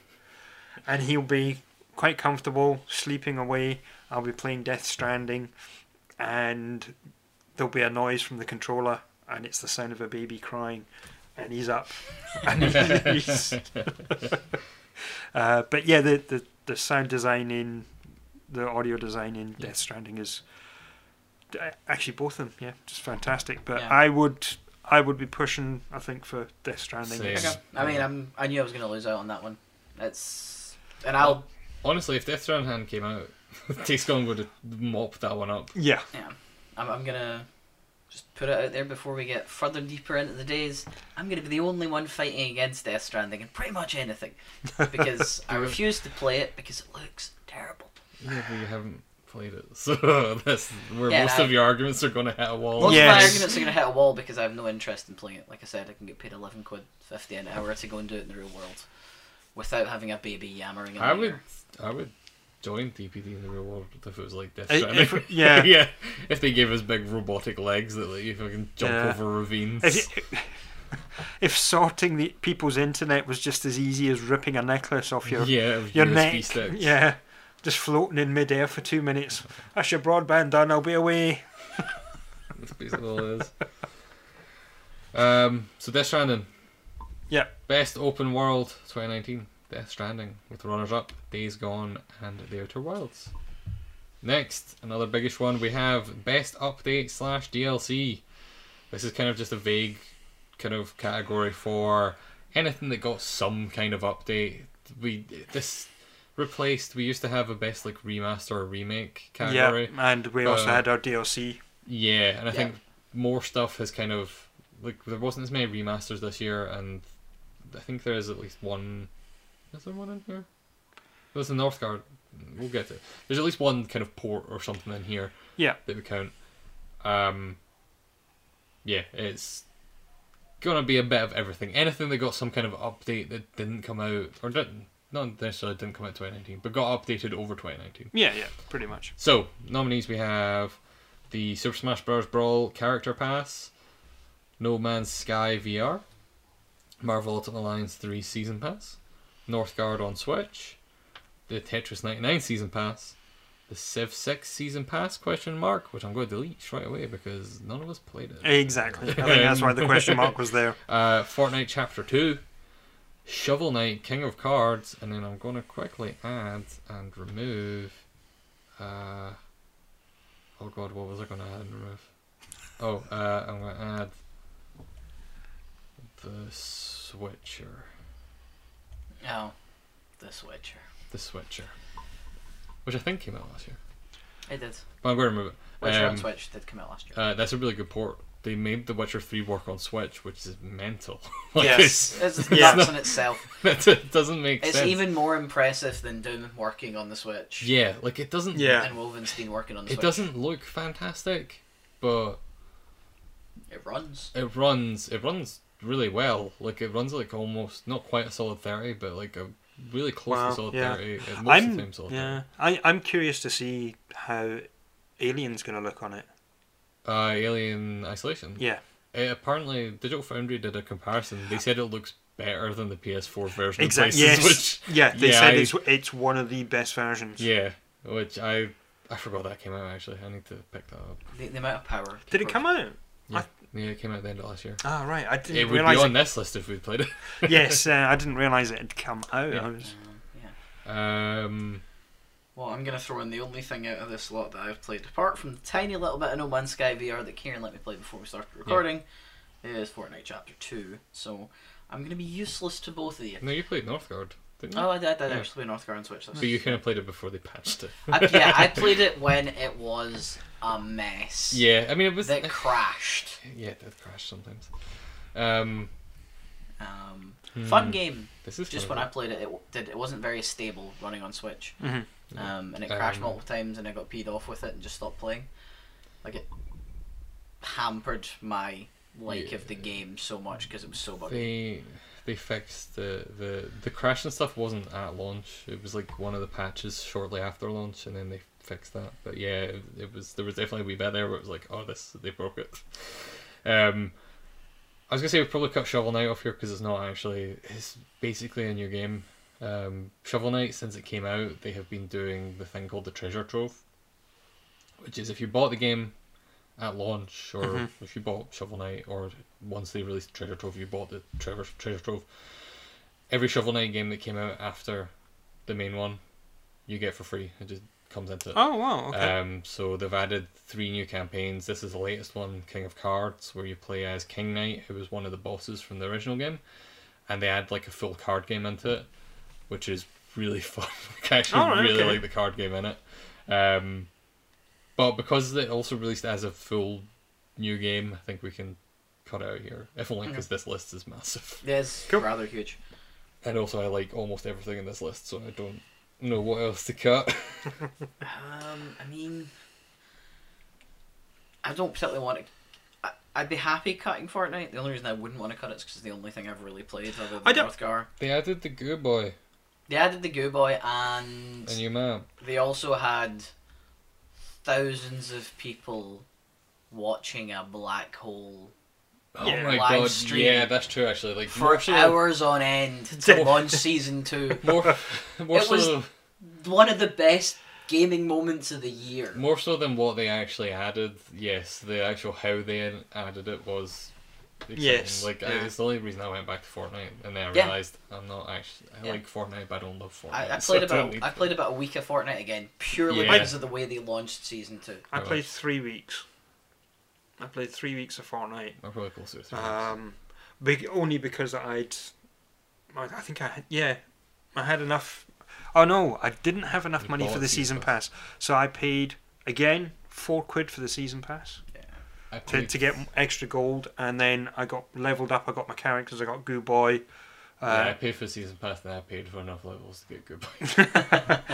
and he'll be quite comfortable sleeping away. I'll be playing Death Stranding, and there'll be a noise from the controller, and it's the sound of a baby crying, and he's up, and he's. uh, but yeah, the, the the sound design in the audio design in Yeah. Death Stranding is uh, actually both of them, yeah, just fantastic. But Yeah. I would I would be pushing, I think, for Death Stranding. Same. Okay. I mean, I'm. I knew I was gonna lose out on that one. It's and I'll. Honestly, if Death Stranding hadn't came out, Takescon would have mopped that one up. Yeah. Yeah, I'm. I'm gonna just put it out there before we get further deeper into the days. I'm gonna be the only one fighting against Death Stranding in pretty much anything because I refuse to play it because it looks terrible. Yeah, but you haven't played it, so that's where Yeah, most I- of your arguments are going to hit a wall. Most Yeah. of Yes. my arguments are gonna hit a wall because I have no interest in playing it. Like I said, I can get paid eleven quid fifty an hour to go and do it in the real world without having a baby yammering. in I my would, ear. I would join DPD in the real world if it was like Death I- Stranding. if- yeah. yeah. If they gave us big robotic legs that let you fucking jump Yeah. over ravines. If, you- if sorting the people's internet was just as easy as ripping a necklace off your yeah, your USB neck, sticks. yeah, just floating in midair for two minutes. That's your broadband done. I'll be away. That's basically all it is. Um, so Death Stranding. Yeah. Best open world 2019. Death Stranding with runners up Days Gone and The Outer Wilds. Next, another biggish one. We have best update slash DLC. This is kind of just a vague kind of category for anything that got some kind of update. We this replaced. We used to have a best like remaster or remake category. Yeah, and we also Uh, had our DLC. Yeah, and I Yeah. think more stuff has kind of like there wasn't as many remasters this year, and I think there is at least one. Is there one in here? There's a Northgard. We'll get to. it. There's at least one kind of port or something in here. Yeah. That we count. Um. Yeah, it's gonna be a bit of everything. Anything that got some kind of update that didn't come out or didn't not necessarily didn't come out 2019, but got updated over 2019. Yeah, yeah, pretty much. So nominees we have the Super Smash Bros. Brawl character pass, No Man's Sky VR, Marvel Ultimate Alliance three season pass, Northgard on Switch, the Tetris 99 season pass, the Civ 6 season pass question mark, which I'm going to delete straight away because none of us played it. Exactly. I think that's why the question mark was there. Uh, Fortnite Chapter 2, Shovel Knight, King of Cards, and then I'm going to quickly add and remove. Uh, oh god, what was I going to add and remove? Oh, uh, I'm going to add the Switcher. Oh, The Switcher. The Switcher. Which I think came out last year. It did. But I'm going to remove it. Witcher Um, on Switch did come out last year. uh, that's a really good port. They made The Witcher 3 work on Switch, which is mental. Like, Yes. it's- It's Yeah. nuts in itself. It doesn't make It's sense. even more impressive than Doom working on the Switch. Yeah, like it doesn't. Yeah. And Wolfenstein working on the It Switch. doesn't look fantastic, but It runs. it runs. It runs really well. Like it runs like almost not quite a solid thirty, but like a really close Wow, to solid yeah. thirty. uh, Most of the I'm time, solid yeah. I, I'm curious to see how Alien's going to look on it. thirty. Uh, Alien Isolation. Yeah. Uh, apparently, Digital Foundry did a comparison. They said it looks better than the PS4 version. Exactly. Of Yes. places, Which, yeah. They yeah, said I- it's it's one of the best versions. yeah. Which I I forgot that came out actually. I need to pick that up. The, the amount of power. Did it come out? Yeah, it came out at the end of last year. Ah, right. I It didn't would be realize. on this list if we played it. It, yes, uh, I didn't realize it had come out. Yeah. I was, Um. Well, I'm going to throw in the only thing out of this lot that I've played, apart from the tiny little bit of No Man's Sky VR that Kieran let me play before we started recording, is Fortnite Chapter 2. So I'm going to be useless to both of you. No, you played Northgard, didn't you? Oh, I did, I did Yeah. actually play Northgard on Switch. That's So you kind of played it before they patched it. I, yeah, I played it when it was a mess. Yeah, I mean it was. That crashed. yeah, it did crash sometimes. Um, hmm. Um, Hmm. Fun game. this is just fun. when I played it, it w- did. It wasn't very stable running on Switch, Mhm. um, and it crashed Um, multiple times, and I got peed off with it and just stopped playing. Like it hampered my like of the game so much because it was so buggy. They they fixed the, the the crash and stuff wasn't at launch. It was like one of the patches shortly after launch, and then they fixed that. But yeah, it, it was there was definitely a wee bit there where it was like, oh, this they broke it. Um, I was gonna say we probably cut Shovel Knight off here because it's not actually it's basically a new game. Um, Shovel Knight since it came out, they have been doing the thing called the Treasure Trove, which is if you bought the game at launch or if you bought Shovel Knight or once they released Treasure Trove, you bought the Trevor Treasure Trove. Every Shovel Knight game that came out after the main one, you get for free. It just comes into it. Oh wow. Okay. Um, so they've added three new campaigns. This is the latest one, King of Cards, where you play as King Knight, who was one of the bosses from the original game, and they add like a full card game into it, which is really fun. Like, I actually Alright, really okay. like the card game in it. Um, but because they also released it as a full new game, I think we can cut it out here. If only because this list is massive, Yeah, it's Cool. rather huge. and also I like almost everything in this list, so I don't know what else to cut. Um, I mean, I don't particularly want to. I, I'd be happy cutting Fortnite. The only reason I wouldn't want to cut it is because it's the only thing I've really played other I than don't- Northgar. they added the Goo Boy, They added the Goo Boy, and a new map. they also had thousands of people watching a black hole Oh Yeah. my Live god! stream. Yeah, that's true. Actually, uh, like for more so, hours on end to launch season two. more, more It so, was- One of the best gaming moments of the year. more so than what they actually added. Yes, the actual how they added it was. exciting. Yes, like I, yeah. it's the only reason I went back to Fortnite, and then I Yeah. realized I'm not actually. I Yeah. like Fortnite, but I don't love Fortnite. I, I so played don't about need I played about a week of Fortnite again purely Yeah. because of the way they launched season two. I Oh, played nice. three weeks. I played three weeks of Fortnite. I'm probably closer to three Uh, weeks. Um, big only because I'd, I I think I had, yeah, I had enough. Oh no, I didn't have enough You money for bought the season season pass, so I paid again four quid for the season pass I to, played- to get extra gold, and then I got leveled up. I got my characters. I got Goo Boy. yeah, I Uh, paid for season pass, and I paid for enough levels to get good. points.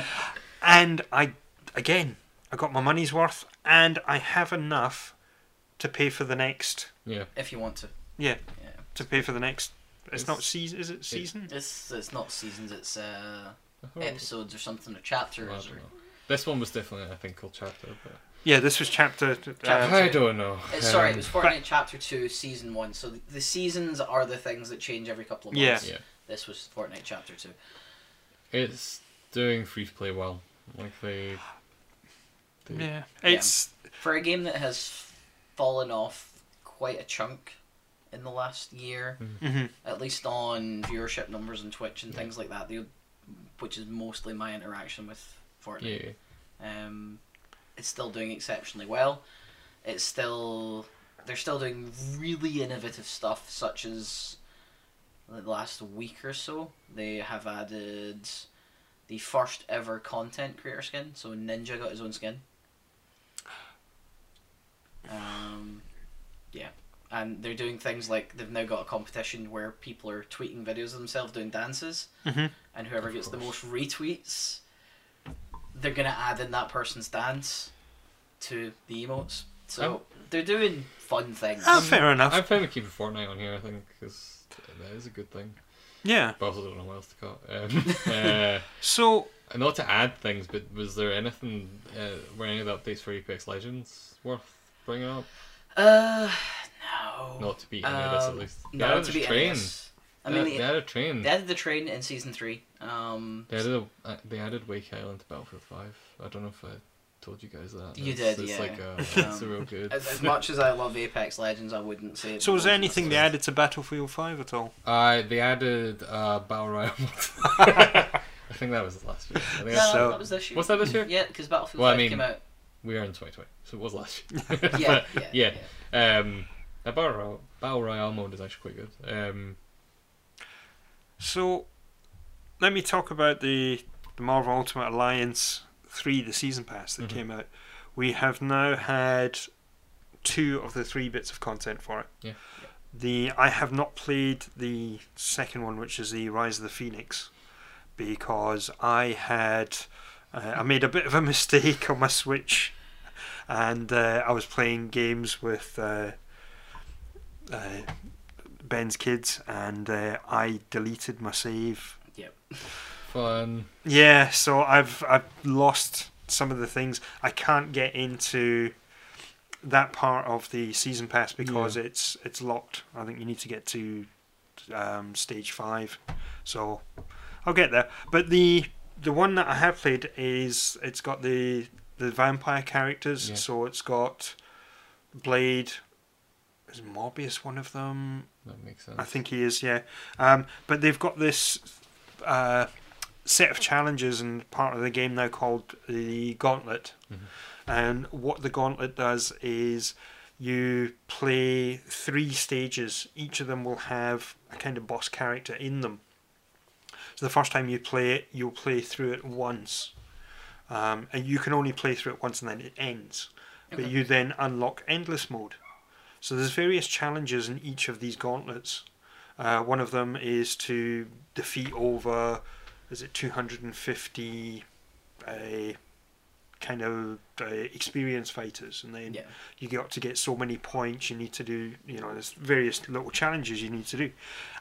And I again, I got my money's worth, and I have enough to pay for the next. yeah, If you want to, Yeah, yeah. to pay for the next. It's, It's- not season. Is it season? It's it's not seasons. It's uh, Oh, I thought- episodes or something or I chapters. don't or, know. This one was definitely, I think, called Chapter. But yeah, this was chapter. Chapter Uh, I don't know. it's, sorry, it Um, was Fortnite chapter two, season one. So the, the seasons are the things that change every couple of Yeah. months. Yeah. This was Fortnite chapter two. It's doing free to play well. Like they, they Yeah, it's For a game that has fallen off quite a chunk in the last year, Mhm. at least on viewership numbers and Twitch and things like that, the, which is mostly my interaction with Fortnite. yeah. Um, it's still doing exceptionally well. It's still they're still doing really innovative stuff, such as the last week or so they have added the first ever content creator skin. So Ninja got his own skin. Um, yeah, and they're doing things like they've now got a competition where people are tweeting videos of themselves doing dances, Mhm. and whoever Of gets the course. most retweets, they're gonna add in that person's dance to the emotes. So Oh. they're doing fun things. Ah, fair enough. I'm fine with keeping Fortnite on here. I think because that is a good thing. yeah. But I also don't know what else to cut. Um, uh, So and not to add things, but was there anything? Uh, were any of the updates for Apex Legends worth bringing up? Uh, no. Not to beat any of this, at Um, least. No, they added to a be train. Uh, honest. I they, mean, they they, added a train. they added the train in season three. Um, They added, a, uh, they added Wake Island to Battlefield 5. I don't know if I told you guys that. You It's- did, it's yeah. Like a, it's a Um, real good. as, as much as I love Apex Legends, I wouldn't say. it so was there wasn't anything they added to Battlefield Five at all? Uh, they added uh, Battle Royale. I think that was last year. I think No, that's- So- that was this year. was that this year? Yeah, because Battlefield Well, I 5 mean- came out. We are in 2020, so it was last year. Yeah, yeah, But, yeah. Um, the Battle Royale, Battle Royale mode is actually quite good. Um, So let me talk about the the Marvel Ultimate Alliance three, the season pass that Mhm. came out. We have now had two of the three bits of content for it. Yeah. The I have not played the second one, which is the Rise of the Phoenix, because I had uh, I made a bit of a mistake on my Switch, and uh, I was playing games with. Uh, uh, Ben's kids, and uh, I deleted my save. Yep. Fun. Yeah, so I've I've lost some of the things. I can't get into that part of the season pass because it's it's locked. I think you need to get to um, stage five. So I'll get there. But the the one that I have played is it's got the the vampire characters. Yeah. So it's got Blade. Is Morbius one of them? That makes sense. I think he is, yeah. Um, but they've got this uh, set of challenges and part of the game now called the Gauntlet. And what the Gauntlet does is you play three stages. Each of them will have a kind of boss character in them. So the first time you play it, you'll play through it once. Um, and you can only play through it once and then it ends. But Okay. you then unlock endless mode. So there's various challenges in each of these gauntlets. Uh, one of them is to defeat over, is it 250 uh, kind of uh, experience fighters, and then Yeah. you got to get so many points. You need to do, you know, there's various little challenges you need to do,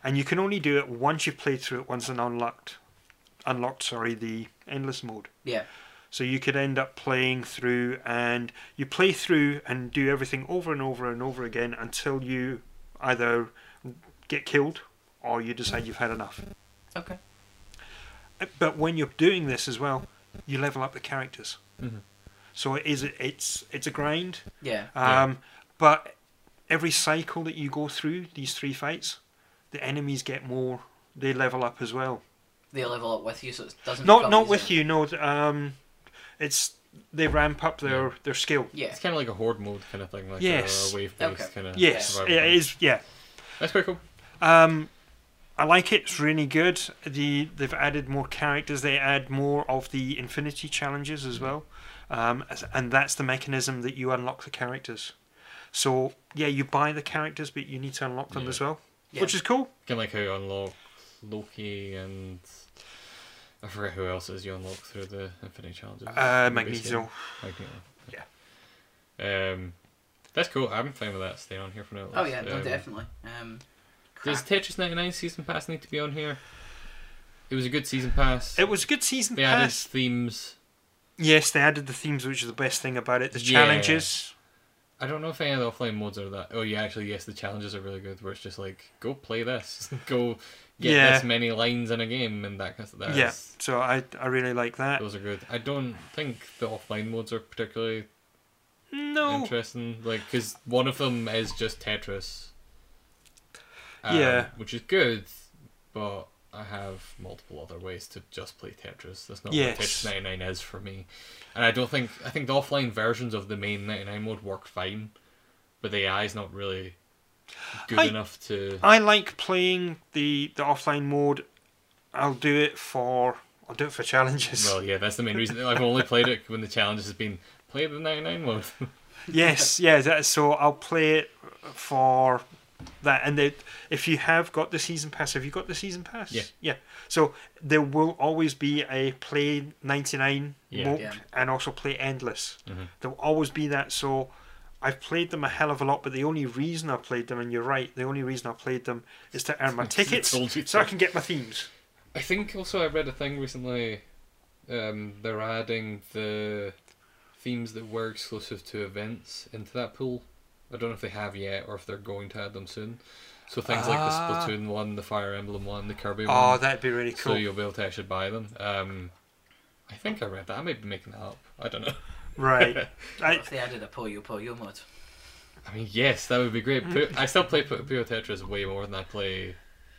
and you can only do it once you've played through it once and unlocked, unlocked. Sorry, the endless mode. Yeah. So you could end up playing through and you play through and do everything over and over and over again until you either get killed or you decide you've had enough. Uh, Okay. But when you're doing this as well, you level up the characters. Mm-hmm. Mhm. So it is it's it's a grind. Yeah. Yeah. Um, But every cycle that you go through these three fights, the enemies get more. They level up as well. They level up with you, so it doesn't. Not become not easier. with you. No, um, it's they ramp up their their skill. Yeah. It's kind of like a horde mode kind of thing, like Yes. a wave-based Okay. kind of. Yes, Uh, survival it thing. is. Yeah, That's pretty cool. um, I like it. It's really good. The they've added more characters. They add more of the infinity challenges Mm-hmm. as well, um, as- and that's the mechanism that you unlock the characters. So yeah, you buy the characters, but you need to unlock them Yeah. as well, Yeah. which is cool. Kind of like how you unlock Loki and I forget who else is you unlock through the Infinity Challenges. The Uh, base game. Magneto. Magneto. Yeah. Um, that's cool. I'm fine with that staying on here for now. at Oh least. yeah, no, Um, definitely. Um, Does crap. Tetris 99 season pass need to be on here? It was a good season pass. It was a good season they added pass. themes. Yes, they added the themes, which is the best thing about it. The Yeah. challenges. I don't know if any of the offline modes are that. Oh yeah, actually yes, the challenges are really good. Where it's just like go play this, go get Yeah. this many lines in a game, and that kind of stuff. That Yeah, is- so I I really like that. Those are good. I don't think the offline modes are particularly No, interesting. Like, because one of them is just Tetris. Um, Yeah. Which is good, but I have multiple other ways to just play Tetris. That's not Yes. what Tetris 99 is for me. And I don't think, I think the offline versions of the main 99 mode work fine, but the AI is not really good I- enough to. I like playing the the offline mode. I'll do it for I'll do it for challenges. Well, yeah, that's the main reason. I've only played it when the challenge has been play the 99 mode. yes, yeah. That, so I'll play it for that. And they, if you have got the season pass, have you got the season pass? Yeah. Yeah. So there will always be a play ninety nine Yeah. Mm-hmm. mode Yeah. and also play endless. There will always be that. So. I've played them a hell of a lot, but the only reason I played them, and you're right, the only reason I played them is to earn my tickets told you so I so. can get my themes. I think also I read a thing recently. Um, they're adding the themes that were exclusive to events into that pool. I don't know if they have yet or if they're going to add them soon. So things like Ah. the Splatoon one, the Fire Emblem one, the Kirby one. Oh, that'd be really So cool. you'll be able to actually buy them. Um, I think I read that. I may be making that up. I don't know. Right. I, if they added a Poyo Poyo mod, I mean, yes, that would be great. Pu- I still play Pu- Puyo Tetris way more than I play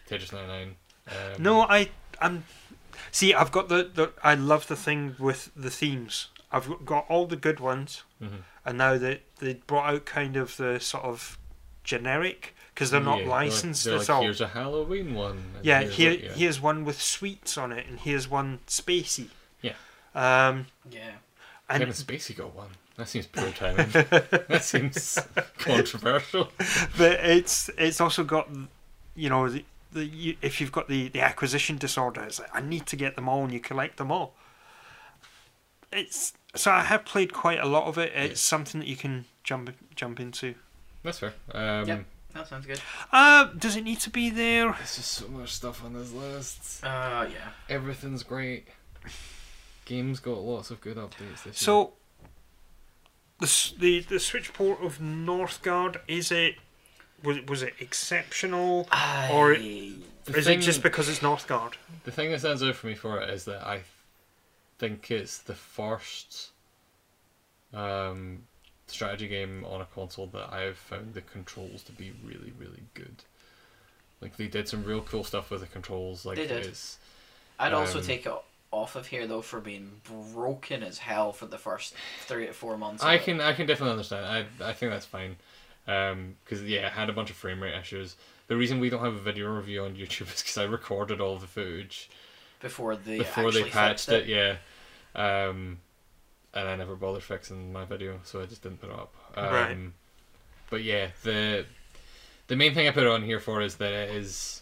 Tetris 99. Um, no, I I'm see. I've got the, the I love the thing with the themes. I've got all the good ones, Mhm. and now they they brought out kind of the sort of generic because they're not Yeah, like- licensed they're at like, all. Here's a Halloween one. and yeah, here's here a- yeah. here's one with sweets on it, and here's one spacey. Yeah. Um. yeah, And Kevin Spacey got one. That seems poor timing. that seems controversial. but it's it's also got you know the, the you, if you've got the the acquisition disorder it's like i need to get them all and you collect them all it's so i have played quite a lot of it it's Yeah. something that you can jump jump into That's fair. Um, Yep. That sounds good. Uh, does it need to be there? There's just so much stuff on this list. Uh, yeah. Everything's great. Game's got lots of good updates this year. So, the s- the the switch port of Northgard is it was was it exceptional or it- I- The is thing- it just because it's Northgard? The thing that stands out for me for it is that I think it's the first um, strategy game on a console that I have found the controls to be really, really good. Like they did some real cool stuff with the controls. Like They did. it's I'd also Um, take it off of here though for being broken as hell for the first three to four months. of I it. can I can definitely understand. I I think that's fine. Um 'cause because yeah, it had a bunch of frame rate issues. The reason we don't have a video review on YouTube is because I recorded all the footage before they before actually they patched it. fixed yeah. Um, and I never bothered fixing my video, so I just didn't put it up. Um, Right. But yeah, the the main thing I put it on here for is that it is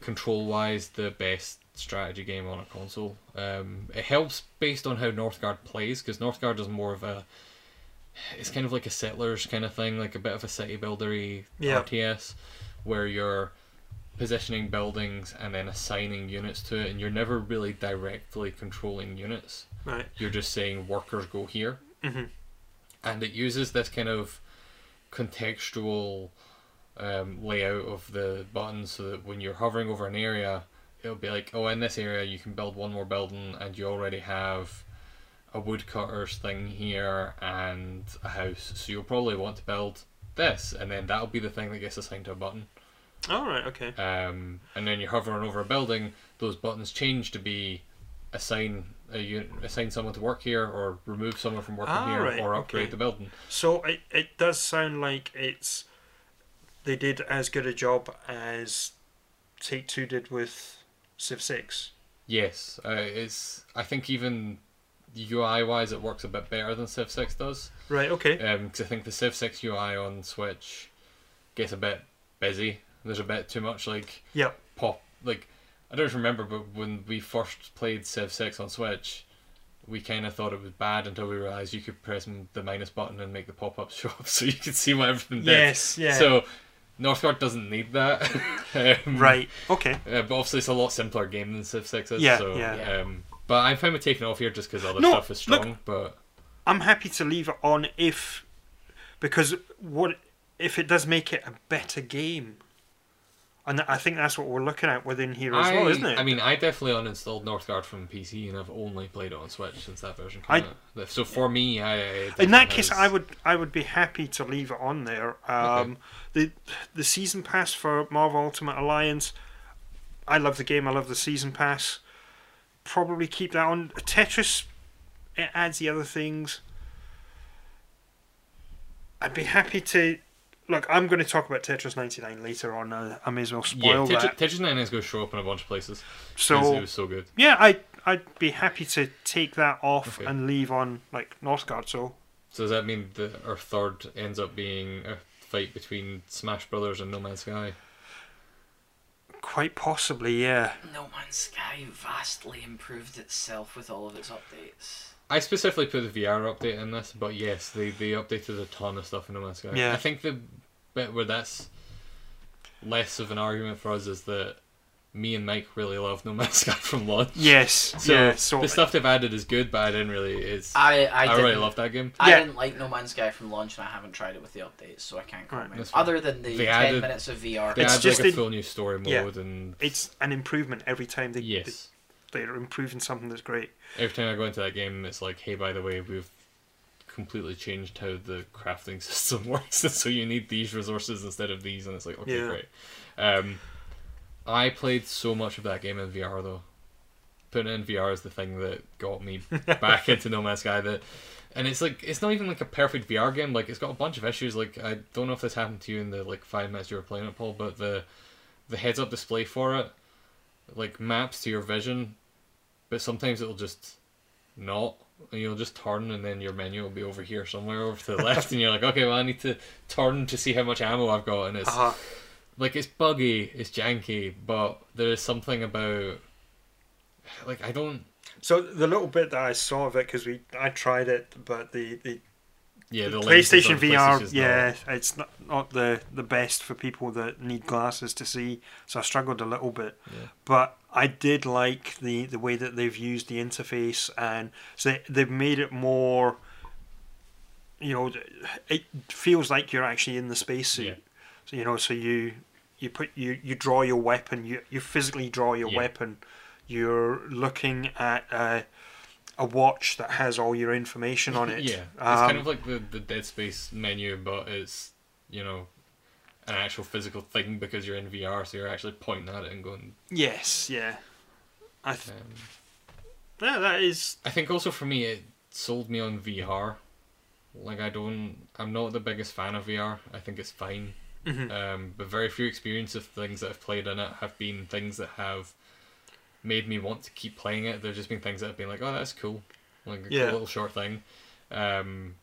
control wise the best strategy game on a console. Um, it helps based on how Northgard plays because Northgard is more of a it's kind of like a settlers kind of thing, like a bit of a city buildery Yeah. RTS where you're positioning buildings and then assigning units to it, and you're never really directly controlling units. Right. You're just saying workers go here, Mhm. and it uses this kind of contextual um, layout of the buttons so that when you're hovering over an area, it'll be like, oh, in this area you can build one more building, and you already have a woodcutter's thing here and a house, so you'll probably want to build this, and then that'll be the thing that gets assigned to a button. All right. Okay. Um, and then you're hovering over a building, those buttons change to be assign a unit, assign someone to work here, or remove someone from working Ah, here, right, or upgrade okay. the building. So it it does sound like it's they did as good a job as Take Two did with Civ Six. Yes, uh, it's. I think even UI wise, it works a bit better than Civ Six does. Right. Okay. Because I think the Civ Six UI on Switch gets a bit busy. There's a bit too much like Yep. pop like I don't remember, but when we first played Civ Six on Switch, we kind of thought it was bad until we realized you could press m- the minus button and make the pop up show up, so you could see what everything did. Yes, yeah. So Northgard doesn't need that. um, Right. Okay. uh, but obviously, it's a lot simpler game than Civ Six is. Yeah, So, yeah. Um, but I'm fine with taking it off here just because other No, stuff is look- strong. but I'm happy to leave it on if because what if it does make it a better game, and I think that's what we're looking at within here as I, well, isn't it? I mean, I definitely uninstalled Northgard from PC, and I've only played it on Switch since that version I- came out. So for me, I, it in that definitely case, has- I would I would be happy to leave it on there. Um, The the season pass for Marvel Ultimate Alliance, I love the game. I love the season pass. Probably keep that on Tetris. It adds the other things. I'd be happy to. Look, I'm going to talk about Tetris 99 later on. Uh, I, I may as well Yeah, spoil Tetris, that. Tetris 9 is going to show up in a bunch of places. 'cause it So was so good. yeah, I I'd be happy to take that off Okay. and leave on like Northgard. So So does that mean that our third ends up being a fight between Smash Brothers and No Man's Sky? quite possibly, yeah. No Man's Sky vastly improved itself with all of its updates. I specifically put the VR update in this, but yes, they, they updated a ton of stuff in No Man's Sky. Yeah. I think the bit where that's less of an argument for us is that me and Mike really love No Man's Sky from launch. Yes. So yeah. So the stuff they've added is good, but I didn't really. It's I, I I, really didn't- love that game. I Yeah. didn't like No Man's Sky from launch, and I haven't tried it with the updates, so I can't Right, comment. that's fine. Other than the They ten added- minutes of VR, They It's added just like a in- full new story mode Yeah. and it's an improvement every time they yes. they, they're improving something that's great. Every time I go into that game, it's like, hey, by the way, we've completely changed how the crafting system works, so you need these resources instead of these, and it's like, okay, Yeah. great. Um, I played so much of that game in VR though. Putting it in VR is the thing that got me back into No Man's Sky. That, and it's like it's not even like a perfect VR game. Like it's got a bunch of issues. Like I don't know if this happened to you in the like five minutes you were playing it, Paul, but the the heads up display for it like maps to your vision, but sometimes it'll just not. And you'll just turn, and then your menu will be over here somewhere over to the left, and you're like, okay, well, I need to turn to see how much ammo I've got, and it's Uh-huh. like it's buggy, it's janky, but there is something about like I don't So the little bit that I saw of it because we I tried it, but the the Yeah, the lenses PlayStation on VR, PlayStation's not- yeah, it's not, not the, the best for people that need glasses to see, so I struggled a little bit. But I did like the, the way that they've used the interface, and so they've made it more, you know, it feels like you're actually in the spacesuit. Yeah. So you know, so you you put you you draw your weapon, you you physically draw your Yeah. weapon. You're looking at a, a watch that has all your information on it. Yeah, it's Um, kind of like the, the Dead Space menu, but it's you know an actual physical thing because you're in VR, so you're actually pointing at it and going. Yes, yeah. I th- Um, yeah, that is I think also for me, it sold me on VR. Like I don't, I'm not the biggest fan of VR. I think it's fine, um, but very few experience of things that I've played in it have been things that have made me want to keep playing it. There've just been things that have been like, oh, that's cool, like a cool Yeah. little short thing. Um,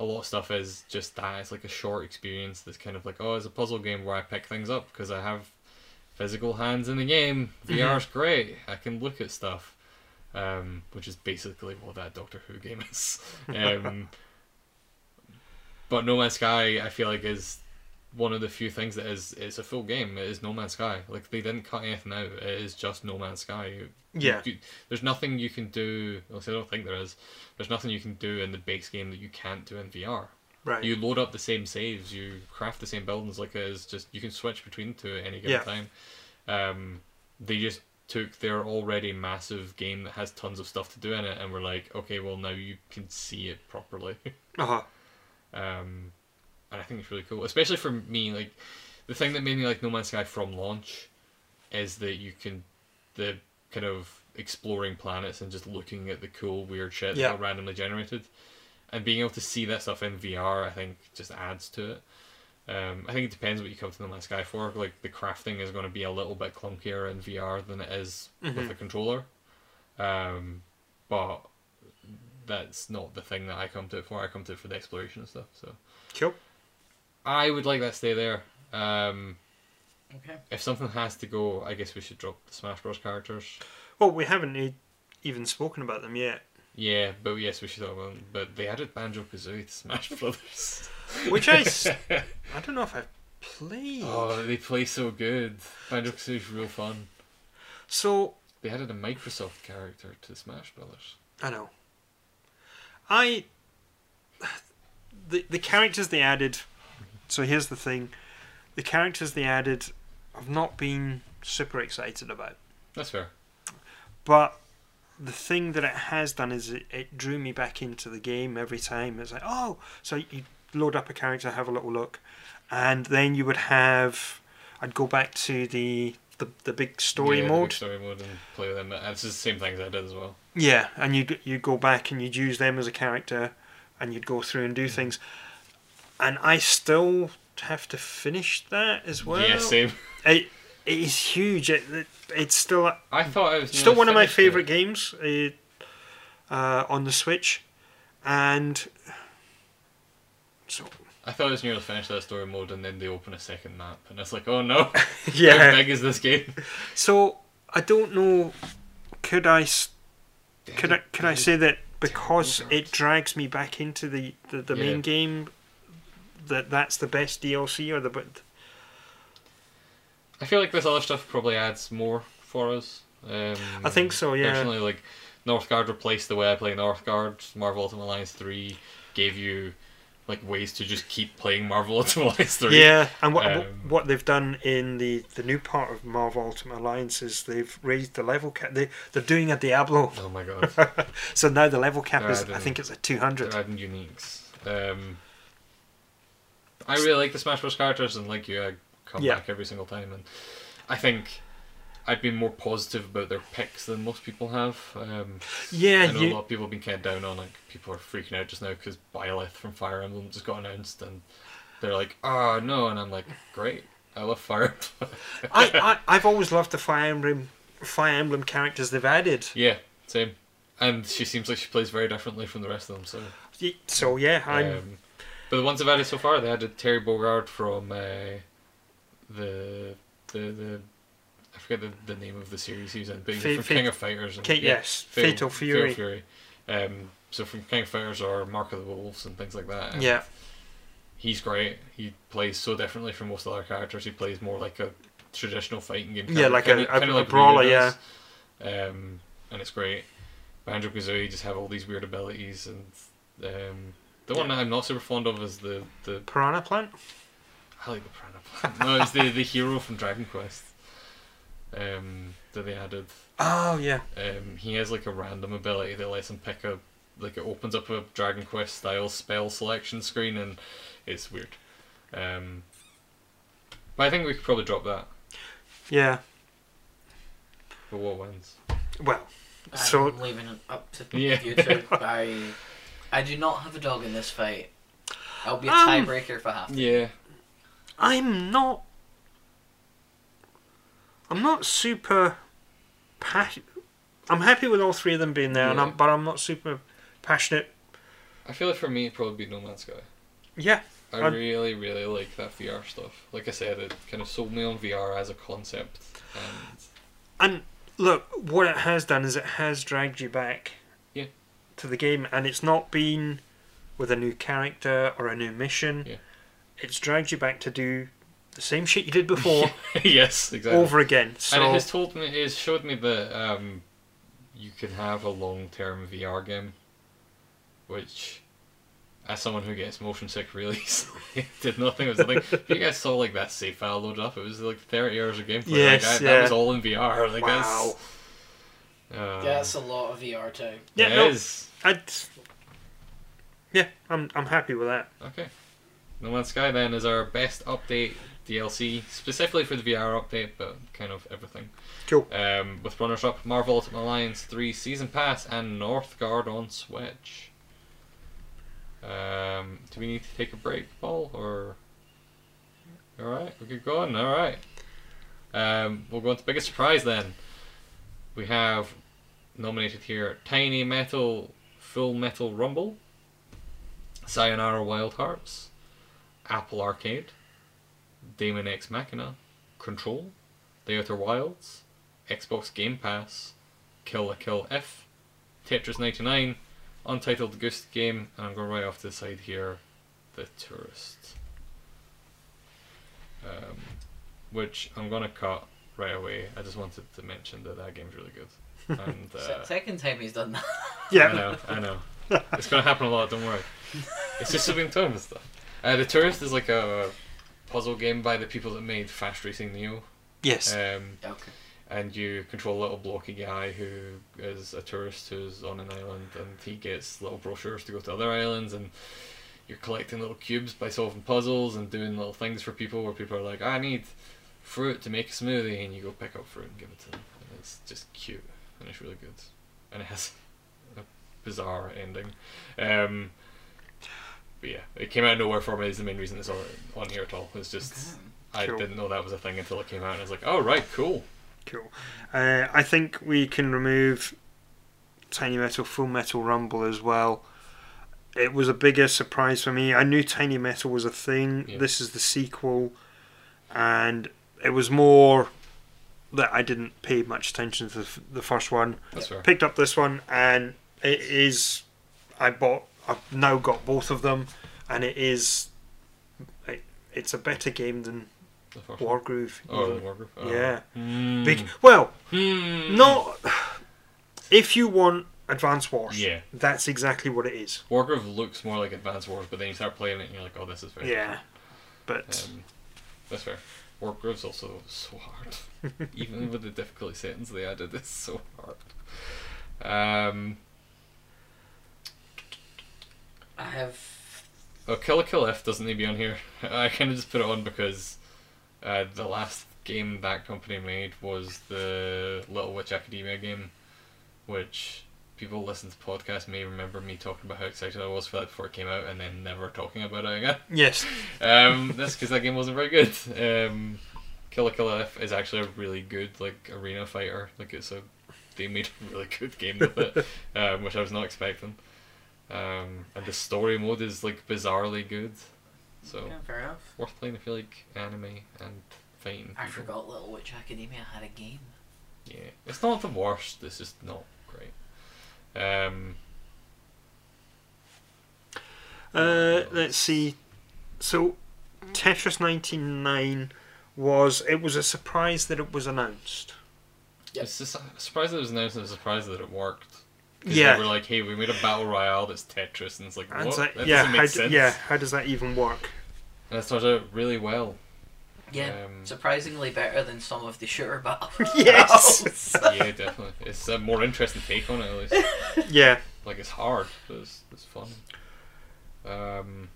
a lot of stuff is just that. It's like a short experience that's kind of like, oh, it's a puzzle game where I pick things up because I have physical hands in the game. VR's great. I can look at stuff um, which is basically what that Doctor Who game is. Um, but No Man's Sky, I feel like, is one of the few things that is it's a full game. It is No Man's Sky. Like they didn't cut anything out. It is just No Man's Sky. You- Yeah. you- there's nothing you can do. At least I don't think there is. There's nothing you can do in the base game that you can't do in VR. right. You load up the same saves, you craft the same buildings, like it's just you can switch between the two at any given Yeah. time. Um, they just took their already massive game that has tons of stuff to do in it, and were like, okay, well now you can see it properly. uh-huh. um, and I think it's really cool, especially for me. Like the thing that made me like No Man's Sky from launch is that you can the kind of exploring planets and just looking at the cool weird shit that Yeah. got randomly generated, and being able to see that stuff in VR, I think just adds to it. Um, I think it depends what you come to No Man's Sky for. Like the crafting is going to be a little bit clunkier in VR than it is with a controller, um, but that's not the thing that I come to it for. I come to it for the exploration and stuff. So Cool. I would like that to stay there. Um, Okay. if something has to go, I guess we should drop the Smash Bros characters. Well, we haven't e- even spoken about them yet, Yeah, but yes, we should talk about. Them. But they added Banjo Kazooie to Smash Brothers. which I s- I don't know if I've played. oh, they play so good. Banjo Kazooie's real fun. So They added a Microsoft character to Smash Brothers. I know. I the the characters they added. So here's the thing: the characters they added, I've not been super excited about. That's fair. But the thing that it has done is it, it drew me back into the game every time. It's like, oh, so you load up a character, have a little look, and then you would have. I'd go back to the the, the big story Yeah, the big mode. Story mode and play with them. That's the same things I did as well. Yeah, and you'd you'd go back and you'd use them as a character, and you'd go through and Mm-hmm. do things. And I still have to finish that as well. yeah, same. It, it is huge. It, it, it's still I thought I was still nearly one of my finished it. favorite games uh, uh, on the Switch, and so I thought I was nearly finished that story mode, and then they open a second map, and it's like, oh no, how yeah. big is this game? So I don't know. Could I s- could I could I say that because it drags me back into the the, the Yeah. main game that that's the best DLC or the but I feel like this other stuff probably adds more for us. Um, I think so, yeah. Personally, like Northgard replaced the way I play Northgard. Marvel Ultimate Alliance Three gave you like ways to just keep playing Marvel Ultimate Alliance Three. yeah and what what- Um, what they've done in the the new part of Marvel Ultimate Alliance is they've raised the level cap. They they're doing a Diablo, Oh my god, so now the level cap They're is I adding- think it's a two they're hundred. adding uniques. Um, I really like the Smash Bros characters, and like you, I come Yeah. back every single time, and I think. I've been more positive about their picks than most people have. Um, I Yeah, know a lot you, of people have been kind of down on like people are freaking out just now because Byleth from Fire Emblem just got announced and they're like, ah no, and I'm like, great, I love Fire Emblem. I, I I've always loved the Fire Emblem Fire Emblem characters they've added. yeah, same. And she seems like she plays very differently from the rest of them. So, Y- So yeah, I'm um, but the ones I've added so far, they added Terry Bogard from uh, the the the I forget the, the name of the series he was in, but he was Fa- from Fa- King of Fighters. And, Ki- yes, Fatal Fury. Fatal Fury. Um, So from King of Fighters or Mark of the Wolves and things like that. and Yeah. He's great. He plays so differently from most other characters. He plays more like a traditional fighting game. Yeah, like a- kinda, a- kinda a like Ryu brawler, does. Um, and it's great. Banjo Kazooie just have all these weird abilities, and um, the one that I'm not super fond of is the the Piranha Plant? I like the Piranha Plant. No, it's the the hero from Dragon Quest. Um, that they added. Oh, yeah. Um, he has like a random ability that lets him pick a like it opens up a Dragon Quest style spell selection screen and it's weird. Um, but I think we could probably drop that. Yeah. But what wins? Well, I'm So- leaving it up to Yeah. you two. I, I do not have a dog in this fight. I'll be a Um, tiebreaker if I have to. Yeah. I'm not. I'm not super. Pas- I'm happy with all three of them being there, and Yeah. I'm, but I'm not super passionate. I feel like for me it'd probably be No Man's Sky. Yeah, I I'd- really, really like that VR stuff. Like I said, it kind of sold me on VR as a concept. Um, And and look, what it has done is it has dragged you back. Yeah. To the game, and it's not been with a new character or a new mission. Yeah. It's dragged you back to do the same shit you did before yes, exactly. over again. So And it has told me, it has showed me that um, you can have a long-term VR game, which, as someone who gets motion sick really easily, did not think it was a thing. if you guys saw like that save file loaded up, it was like thirty hours of gameplay. Yes, like, I, yeah. that was all in VR. Like wow. that's, uh, That's a lot of E VR too. Yeah, it no, is. I'd, yeah, I'm I'm happy with that. Okay. No Man's Sky then is our best update DLC, specifically for the VR update, but kind of everything. Cool. Um, with runners up Marvel Ultimate Alliance 3 Season Pass and Northgard on Switch. Um, do we need to take a break, Paul? Or. Alright, we could go on, alright. Um, we'll go on to biggest surprise then. We have nominated here Tiny Metal Full Metal Rumble. Sayonara Wild Hearts, Apple Arcade, Demon X Machina, Control, The Outer Wilds, Xbox Game Pass, Kill a Kill F, Tetris 99, Untitled Goose Game, and I'm going right off to the side here, The Tourist. Um, which I'm going to cut right away. I just wanted to mention that that game's really good. And, Se- uh, Second time he's done that. I Yeah, know, I know. It's gonna happen a lot, don't worry. It's just something time and stuff. Uh, the Tourist is like a puzzle game by the people that made Fast Racing Neo. yes, Um, Okay. and you control a little blocky guy who is a tourist who's on an island and he gets little brochures to go to other islands and you're collecting little cubes by solving puzzles and doing little things for people where people are like, I need fruit to make a smoothie and you go pick up fruit and give it to them. And it's just cute and it's really good. And it has a bizarre ending. Um but yeah, it came out of nowhere for me is the main reason it's on on here at all. It's just I Cool. didn't know that was a thing until it came out and I was like, Oh right, cool. cool. Uh, I think we can remove Tiny Metal Full Metal Rumble as well. It was a bigger surprise for me. I knew Tiny Metal was a thing. Yeah. This is the sequel, and it was more that I didn't pay much attention to the f- the first one. That's fair. Picked up this one, and it is. I bought. I've now got both of them, and it is. It, it's a better game than The first one. Wargroove. Oh, even. the Wargroove. Oh. Yeah. Mm. Big. Well, Mm. not. If you want Advanced Wars, Yeah. that's exactly what it is. Wargroove looks more like Advanced Wars, but then you start playing it and you're like, oh, this is very Yeah. But different. Um, that's fair. Wargroove's also so hard. Even with the difficulty settings they added, it's so hard. Um, I have. oh, Kill a Kill F doesn't need to be on here. I kind of just put it on because uh, the last game that company made was the Little Witch Academia game, which people listening to podcasts may remember me talking about how excited I was for that before it came out and then never talking about it again. yes, um, that's because that game wasn't very good. Um, Killer Killer F is actually a really good like arena fighter. Like it's a they made a really good game with it, um, which I was not expecting. Um, and the story mode is like bizarrely good, so Yeah, fair enough. worth playing if you like anime and fighting. I people. forgot Little Witch Academia had a game. Yeah, it's not the worst. It's just not great. Um, Uh, let's see. So, Tetris 99 was. It was a surprise that it was announced. It's just I'm surprised that it was announced and surprised that it worked. 'Cause Yeah. They were like, hey, we made a battle royale that's Tetris, and it's like, And what? it's like, that yeah, doesn't make how, d- sense. yeah, how does that even work? And it started out really well. Yeah, Um, surprisingly better than some of the shooter battles. Yes. yeah, definitely. It's a more interesting take on it, at least. Yeah, Like, it's hard, but it's, it's fun. Um.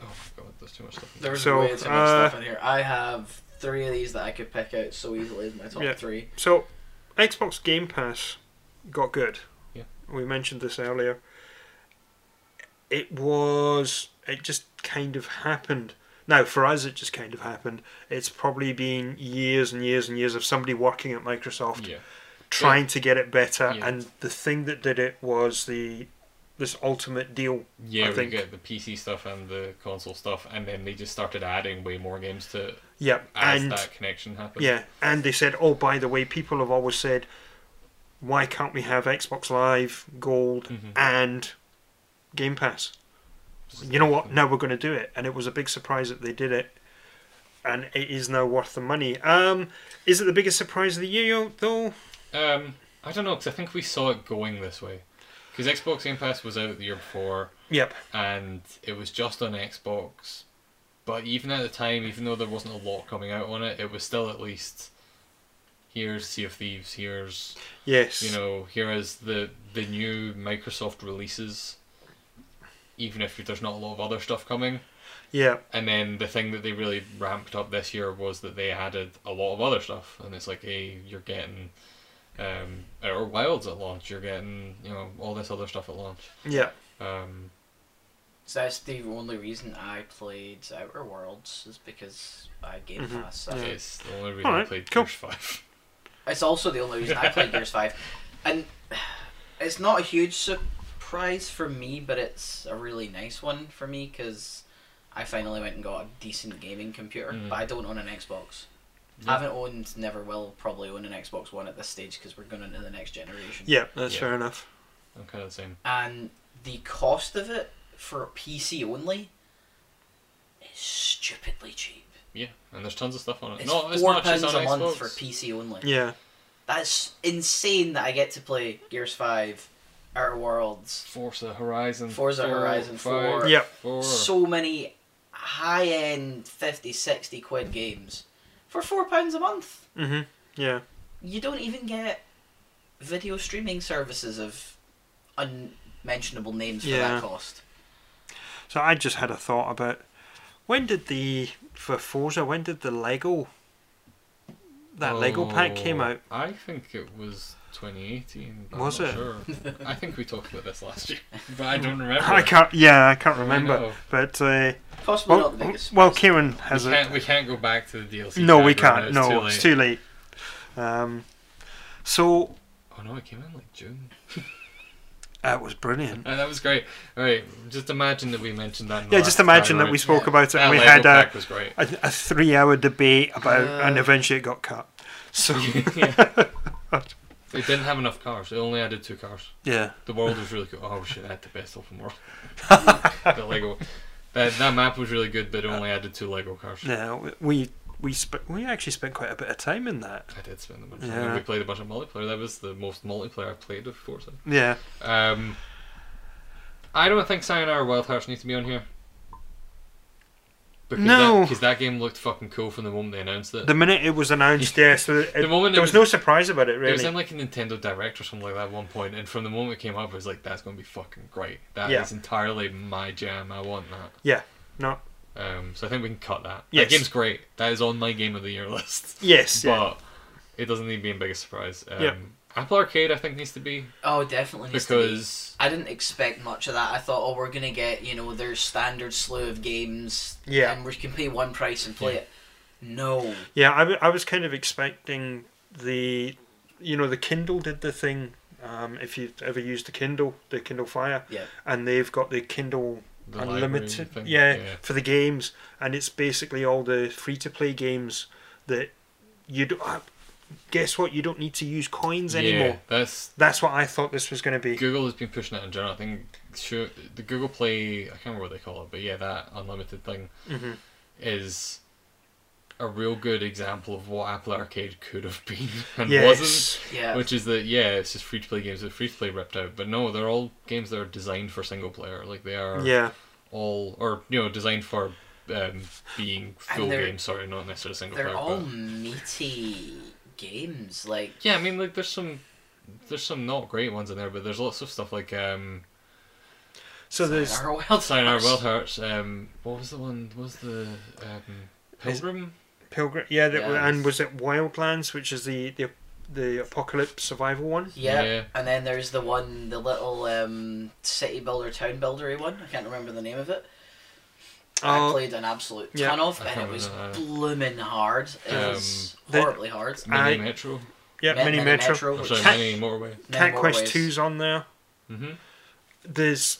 Oh my god, there's too much stuff. in There's So, way too much uh, stuff in here. I have three of these that I could pick out so easily as my top Yeah. three. so Xbox Game Pass got good. Yeah. We mentioned this earlier. It was. It just kind of happened. Now, for us, it just kind of happened. It's probably been years and years and years of somebody working at Microsoft Yeah. trying to get it better, Yeah. and the thing that did it was the this ultimate deal. I Yeah, we think- get the PC stuff and the console stuff, and then they just started adding way more games to it Yep, as and that connection happened. yeah, and they said, oh, by the way, people have always said, why can't we have Xbox Live Gold Mhm. and Game Pass? You know what? Now we're going to do it, and it was a big surprise that they did it, and it is now worth the money. Um, is it the biggest surprise of the year though? Um, I don't know, because I think we saw it going this way. Because Xbox Game Pass was out the year before, Yep. and it was just on Xbox. But even at the time, even though there wasn't a lot coming out on it, it was still at least here's Sea of Thieves, here's Yes. you know, here is the the new Microsoft releases. Even if there's not a lot of other stuff coming, Yeah. and then the thing that they really ramped up this year was that they added a lot of other stuff, and it's like, hey, you're getting um, Outer Wilds at launch, you're getting you know all this other stuff at launch. Yeah. Um, So that's the only reason I played Outer Worlds is because I had Game Mhm. Pass. So. Yeah. It's the only reason I Alright, played cool. Gears Five. It's also the only reason I played Gears Five, and it's not a huge surprise for me, but it's a really nice one for me because I finally went and got a decent gaming computer. Mm-hmm. Mm. But I don't own an Xbox. Yeah. Haven't owned, never will probably own an Xbox One at this stage because we're going into the next generation. Yeah. That's Yeah. fair enough. I'm kind of the same. and the cost of it for PC only is stupidly cheap. Yeah, and there's tons of stuff on it. It's no, it's four not pounds just on a Xbox. month for PC only. Yeah. That's insane that I get to play Gears Five, Outer Worlds, Forza Horizon. Forza four, Horizon five, 4. Yep. Four. so many high end 50, 60 quid games for four pounds a month. Mhm. Yeah. You don't even get video streaming services of unmentionable names for Yeah. that cost. So I just had a thought about when did the for Forza when did the Lego that Lego pack came Oh, out? I think it was 2018. but Was I'm not it? Sure. I think we talked about this last year, but I don't remember. I can't. Yeah, I can't I remember. know. but uh, Possibly well, not the biggest. well, surprise. Kieran We has can't, it. we can't go back to the DLC. No, we category can't. now, No, it's too late. Um, so Oh no, it came out like June. that was brilliant. Uh, that was great. All right, just imagine that we mentioned that. in the Yeah, just last imagine that category. we spoke Yeah. about it That and we Lego had uh, a, pack was great. a, a three-hour debate about, Uh. and eventually it got cut. So yeah. They didn't have enough cars. They only added two cars. yeah, The world was really cool. Oh shit, I had the best open world. the Lego. That, that map was really good, but it only added two Lego cars. yeah, we we sp- we actually spent quite a bit of time in that. I did spend a bunch of time. Yeah. We played a bunch of multiplayer. That was the most multiplayer I played of Forza. Yeah, Um, I don't think Sayonara or Wild Hearts need to be on here. Because No. Because that, game looked fucking cool from the moment they announced it. the minute it was announced, yeah, so it, Uh, The moment there it was, was- no surprise about it It was really. in like a Nintendo Direct or something like that at one point, and from the moment it came up, I was like, that's going to be fucking great. That is Yeah. entirely my jam. I want that. yeah, no, Um, so I think we can cut that. Yes. That game's great. That is on my game of the year list. yes, yeah. But it doesn't need to be a biggest surprise. Um, Yeah. Apple Arcade, I think, needs to be. Oh, definitely. needs to be. Because. I didn't expect much of that. I thought, oh, we're gonna get you know their standard slew of games, Yeah. and we can pay one price and play it. No, Yeah, I, w- I was kind of expecting the, you know, the Kindle did the thing. Um, if you've ever used the Kindle, the Kindle Fire, yeah, and they've got the Kindle the library Unlimited, thing. yeah, for the games, and it's basically all the free-to-play games that you do. Uh, guess what? You don't need to use coins Yeah, anymore. that's That's what I thought this was going to be. Google has been pushing it in general. I think shoot the Google Play. I can't remember what they call it, but yeah, that unlimited thing Mhm. is a real good example of what Apple Arcade could have been and wasn't. Yes. Yeah. Which is that yeah, it's just free to play games that free to play ripped out, but no, they're all games that are designed for single player. Like they are Yeah. all or you know designed for um, being full they're- games. Sorry, not necessarily single They're player. all but- meaty games. Like Yeah, I mean like there's some there's some not great ones in there, but there's lots of stuff like um, So there's our wild Sayonara Hearts. Wild Hearts. Um, what was the one? What was the um, Is- Pilgrim? Pilgrim. Yeah, that, Yeah. and was it Wildlands, which is the the, the apocalypse survival one? Yeah. Yeah. and then there's the one, the little um, city builder, town buildery one. I can't remember the name of it. I Oh, played an absolute yeah. ton of, I and can't it was remember that. blooming hard. It Um, was the- horribly hard. Mini I- Metro. yeah, Me- Mini Mini Metro. Metro, Or which sorry, Mini is- Motorway. Cat Many Quest Motorways. 2's on there. hmm There's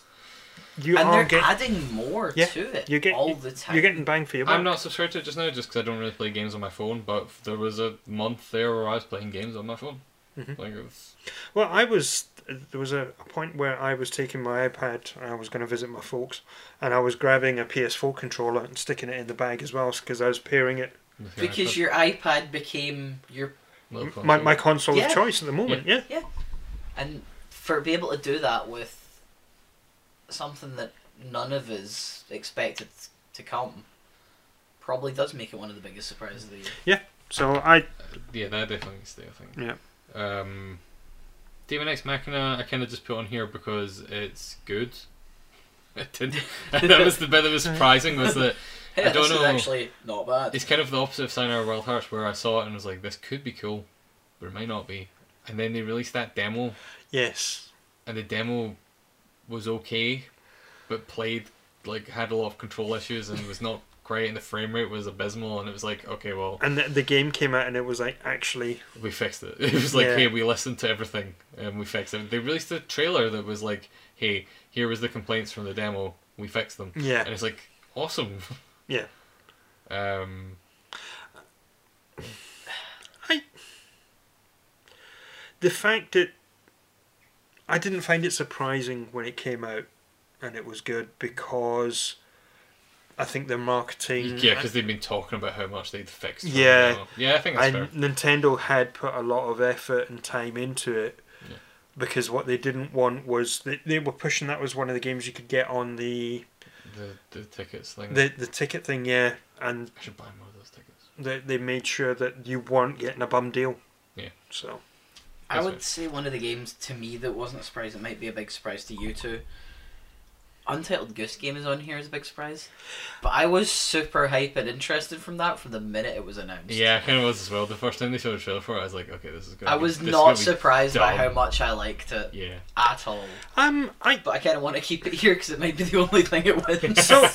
you and are they're getting adding more Yeah, to it you get- all the time. you're getting bang for your buck. I'm not subscribed to it just now, just because I don't really play games on my phone. But there was a month there where I was playing games on my phone. Mm-hmm. Like it was, Well, I was there was a, a point where I was taking my iPad and I was going to visit my folks, and I was grabbing a PS4 controller and sticking it in the bag as well because I was pairing it because your iPad became your Little console. my, my console Yeah. of choice at the moment. Yeah, and for be able to do that with something that none of us expected to come probably does make it one of the biggest surprises of the year. so I yeah, that definitely needs to stay. I think. Yeah. Um, Demon X Machina, I kind of just put on here because it's good. It didn't. that was the bit that was surprising was that Yeah, don't this is know. actually not bad. it's kind of the opposite of Sayonara Wild Hearts, where I saw it and was like, this could be cool, but it might not be. And then they released that demo, yes, and the demo was okay, but played like had a lot of control issues and was not great, and the frame rate was abysmal, and it was like, okay, well, and the, the game came out and it was like actually we fixed it. It was like, Yeah. hey, we listened to everything and we fixed it. They released a trailer that was like, hey, here was the complaints from the demo, we fixed them, Yeah. and it's like awesome. Yeah. Um. the fact that I didn't find it surprising when it came out and it was good because I think their marketing Yeah, because they've been talking about how much they'd fixed. it. Mm, Yeah. yeah, I think that's and fair. Nintendo had put a lot of effort and time into it Yeah. because what they didn't want was they, they were pushing that was one of the games you could get on the The, the tickets thing. the, the ticket thing yeah and I should buy more of those tickets. they, they made sure that you weren't getting a bum deal Yeah. so I That's would it. say one of the games to me that wasn't a surprise, it might be a big surprise to you two. Untitled Goose Game is on here as a big surprise. But I was super hype and interested from that from the minute it was announced. Yeah, I kind of was as well. The first time they showed a trailer for it, I was like, okay, this is good. I was not surprised by dumb. how much I liked it Yeah. at all. um I But I kind of want to keep it here because it might be the only thing it wins. So-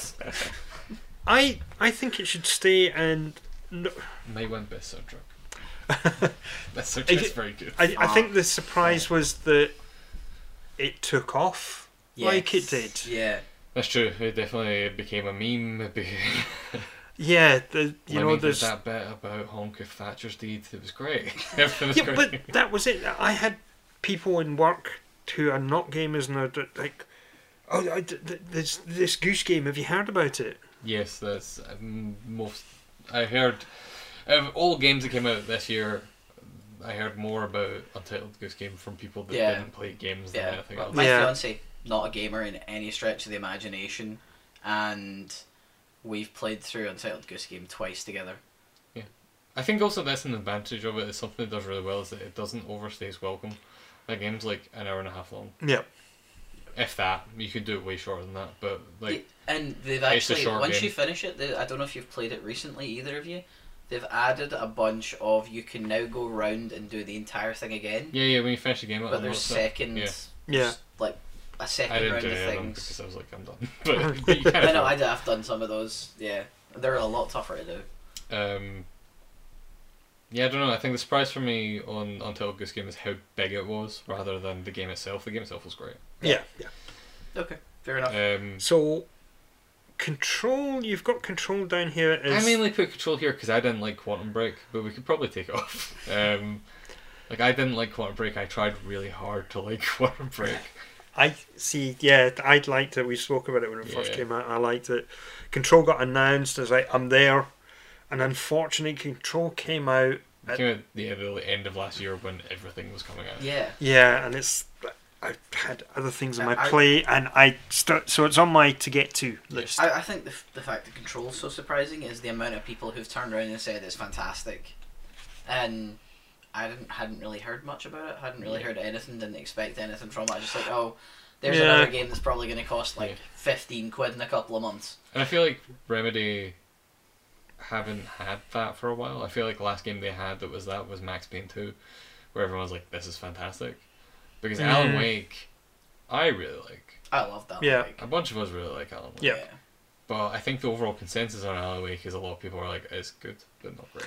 I I think it should stay and no, May win best soundtrack. best Is soundtrack's it- very good. I, I think the surprise was that it took off like it did Yeah. That's true. It definitely became a meme. It became... yeah the, you know Lemmy did there's that bit about Honk if Thatcher's deed. It was great. Everything was yeah, great. but that was it. I had people in work who are not gamers now that like, oh, I, th- th- this this goose game. Have you heard about it? Yes, that's um, most. I heard of all games that came out this year. I heard more about Untitled Goose Game from people that Yeah. didn't play games than Yeah. anything else. My Yeah. fiance, not a gamer in any stretch of the imagination, and we've played through Untitled Goose Game twice together. I think also that's an advantage of it. Is something it does really well is that it doesn't overstay its welcome. That game's like an hour and a half long, Yep. if that. You could do it way shorter than that, but like Yeah, and they've it's a actually short once game. you finish it, they, I don't know if you've played it recently, either of you. They've added a bunch of you can now go round and do the entire thing again, yeah, yeah. When you finish the game, but there's second, Yeah. Yeah. like a I second didn't round do of any of them things. because I was like, I'm done. But, but you kind I of know I have done some of those. Yeah, they're a lot tougher to do. Um, yeah, I don't know. I think the surprise for me on Untitled Goose Game is how big it was, rather than the game itself. The game itself was great. Yeah. yeah. Okay, fair enough. Um, So, control. You've got control down here. I Is, mainly put Control here because I didn't like Quantum Break, but we could probably take it off. Um, like I didn't like Quantum Break. I tried really hard to like Quantum Break. I see. Yeah, I liked it. We spoke about it when it first Yeah. came out. I liked it. Control got announced as like I'm there, and unfortunately, Control came out. It came out the, the end of last year when everything was coming out. Yeah. Yeah, and it's I've had other things on my I- I- plate, and I st- so it's on my to get to list. I, I think the, f- the fact that Control's so surprising is the amount of people who've turned around and said it's fantastic, and I didn't hadn't really heard much about it. Hadn't really heard anything. Didn't expect anything from it. I just like, oh, there's Yeah. another game that's probably going to cost like Yeah. fifteen quid in a couple of months. And I feel like Remedy haven't had that for a while. I feel like the last game they had that was that was Max Payne 2, where everyone's like, this is fantastic. Because Alan Mm. Wake, I really like. I love that. Yeah. like, A bunch of us really like Alan Wake. Yeah. But I think the overall consensus on Alan Wake is a lot of people are like, it's good, but not great.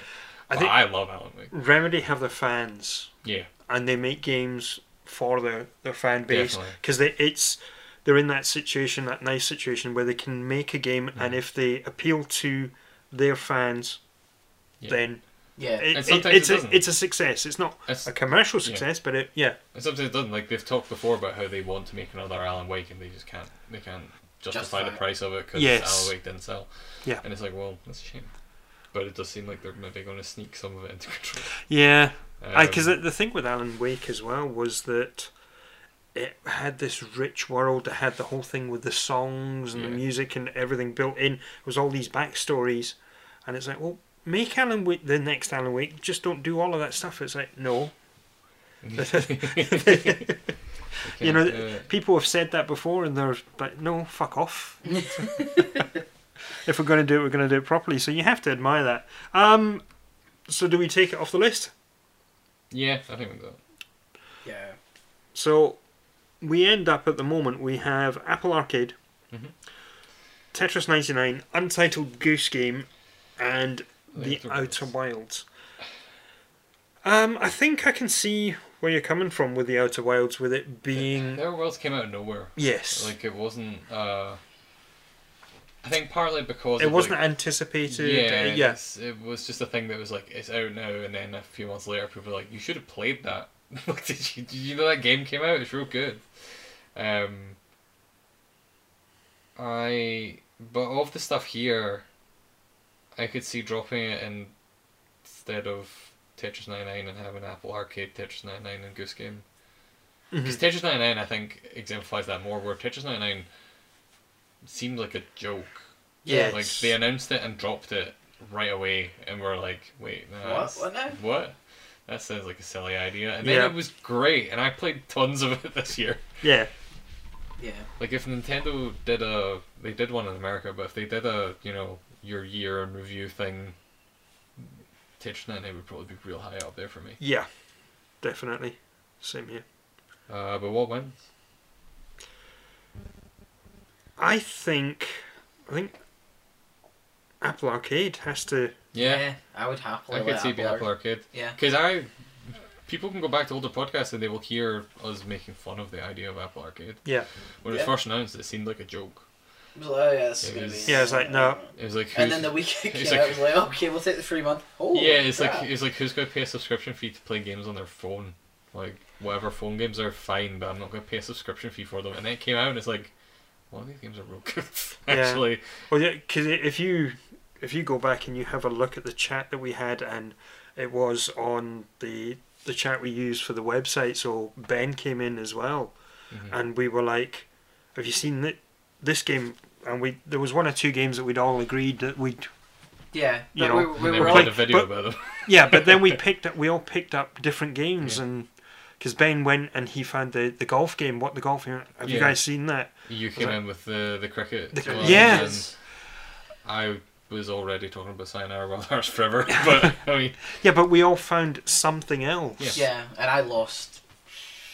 I I, think- I love Alan Wake. Remedy have their fans. Yeah. and they make games for their, their fan base Definitely. because they it's they're in that situation that nice situation where they can make a game and if they appeal to their fans Yeah. then yeah, it, And it, sometimes it's it a, doesn't. it's a success it's not It's- a commercial success but it yeah And sometimes it doesn't. Like they've talked before about how they want to make another Alan Wake, and they just can't. They can't justify Justify the it. price of it because Yes. Alan Wake didn't sell. Yeah. And it's like, well, that's a shame. But it does seem like they're maybe going to sneak some of it into control. yeah because Um, the, the thing with alan wake as well was that it had this rich world it had the whole thing with the songs and the Yeah. music and everything built in it was all these backstories and it's like well make alan wake the next alan wake just don't do all of that stuff it's like no you know uh, people have said that before and they're like no fuck off if we're going to do it we're going to do it properly so you have to admire that um so do we take it off the list yeah, I think we got. yeah. So we end up at the moment we have Apple Arcade, Mhm. Tetris 99, Untitled Goose Game, and The Outer Outer Wilds. Wilds. Um, I think I can see where you're coming from with The Outer Wilds, with it Mm. being Their worlds came out of nowhere. yes, Like it wasn't. uh I think partly because it of, wasn't like, anticipated. uh, Yeah, Yeah, and it's- it was just a thing that was like it's out now, and then a few months later, people were like, "You should have played that. Like, did you, did you know that game came out? It's real good." Um, I but of the stuff here, I could see dropping it and instead of Tetris 99 and having Apple Arcade, Tetris 99 and Goose Game. Because Tetris 99, I think, exemplifies that more. Where Tetris 99 seemed like a joke. yeah. Like they announced it and dropped it right away, and we're like, wait, no, What? that's- What now? What? That sounds like a silly idea. And then Yeah. it was great, and I played tons of it this year. yeah, Yeah. Like if Nintendo did a, they did one in America, but if they did a, you know, your year in review thing, Tetris 99 would probably be real high up there for me. yeah, definitely. Same here. Uh, but what wins? I think, I think Apple Arcade has to. Yeah, I would happily. I could let see Apple Apple, Arc- Arcade. Yeah. Because I, people can go back to older podcasts and they will hear us making fun of the idea of Apple Arcade. Yeah, When it Yeah. was first announced, it seemed like a joke. Oh yeah, this is It gonna was- be- yeah. It's like no, It was like, who's, And then the week it it's came like- out, it was like, okay, we'll take the free month. Oh, yeah, it's like crap. it's like who's going to pay a subscription fee to play games on their phone? Like whatever phone games are fine, but I'm not going to pay a subscription fee for them. And then it came out, and it's like, well, these games are real good. Yeah. Actually, Well, yeah, because if you if you go back and you have a look at the chat that we had, and it was on the the chat we used for the website. So Ben came in as well, Mhm. and we were like, "Have you seen thi- this game?" And we there was one or two games that we'd all agreed that we'd yeah. you but know, we, And we they were played all a video but- about them. yeah, but then we picked up we all picked up different games Yeah. and. Because Ben went and he found the, the golf game. What the golf game? Have you Yeah. guys seen that? You came that- in with the the cricket. The- one, yeah. and I was already talking about Sayonara Wild Hearts Forever, but I mean, Yeah, but we all found something else. Yeah. Yeah, and I lost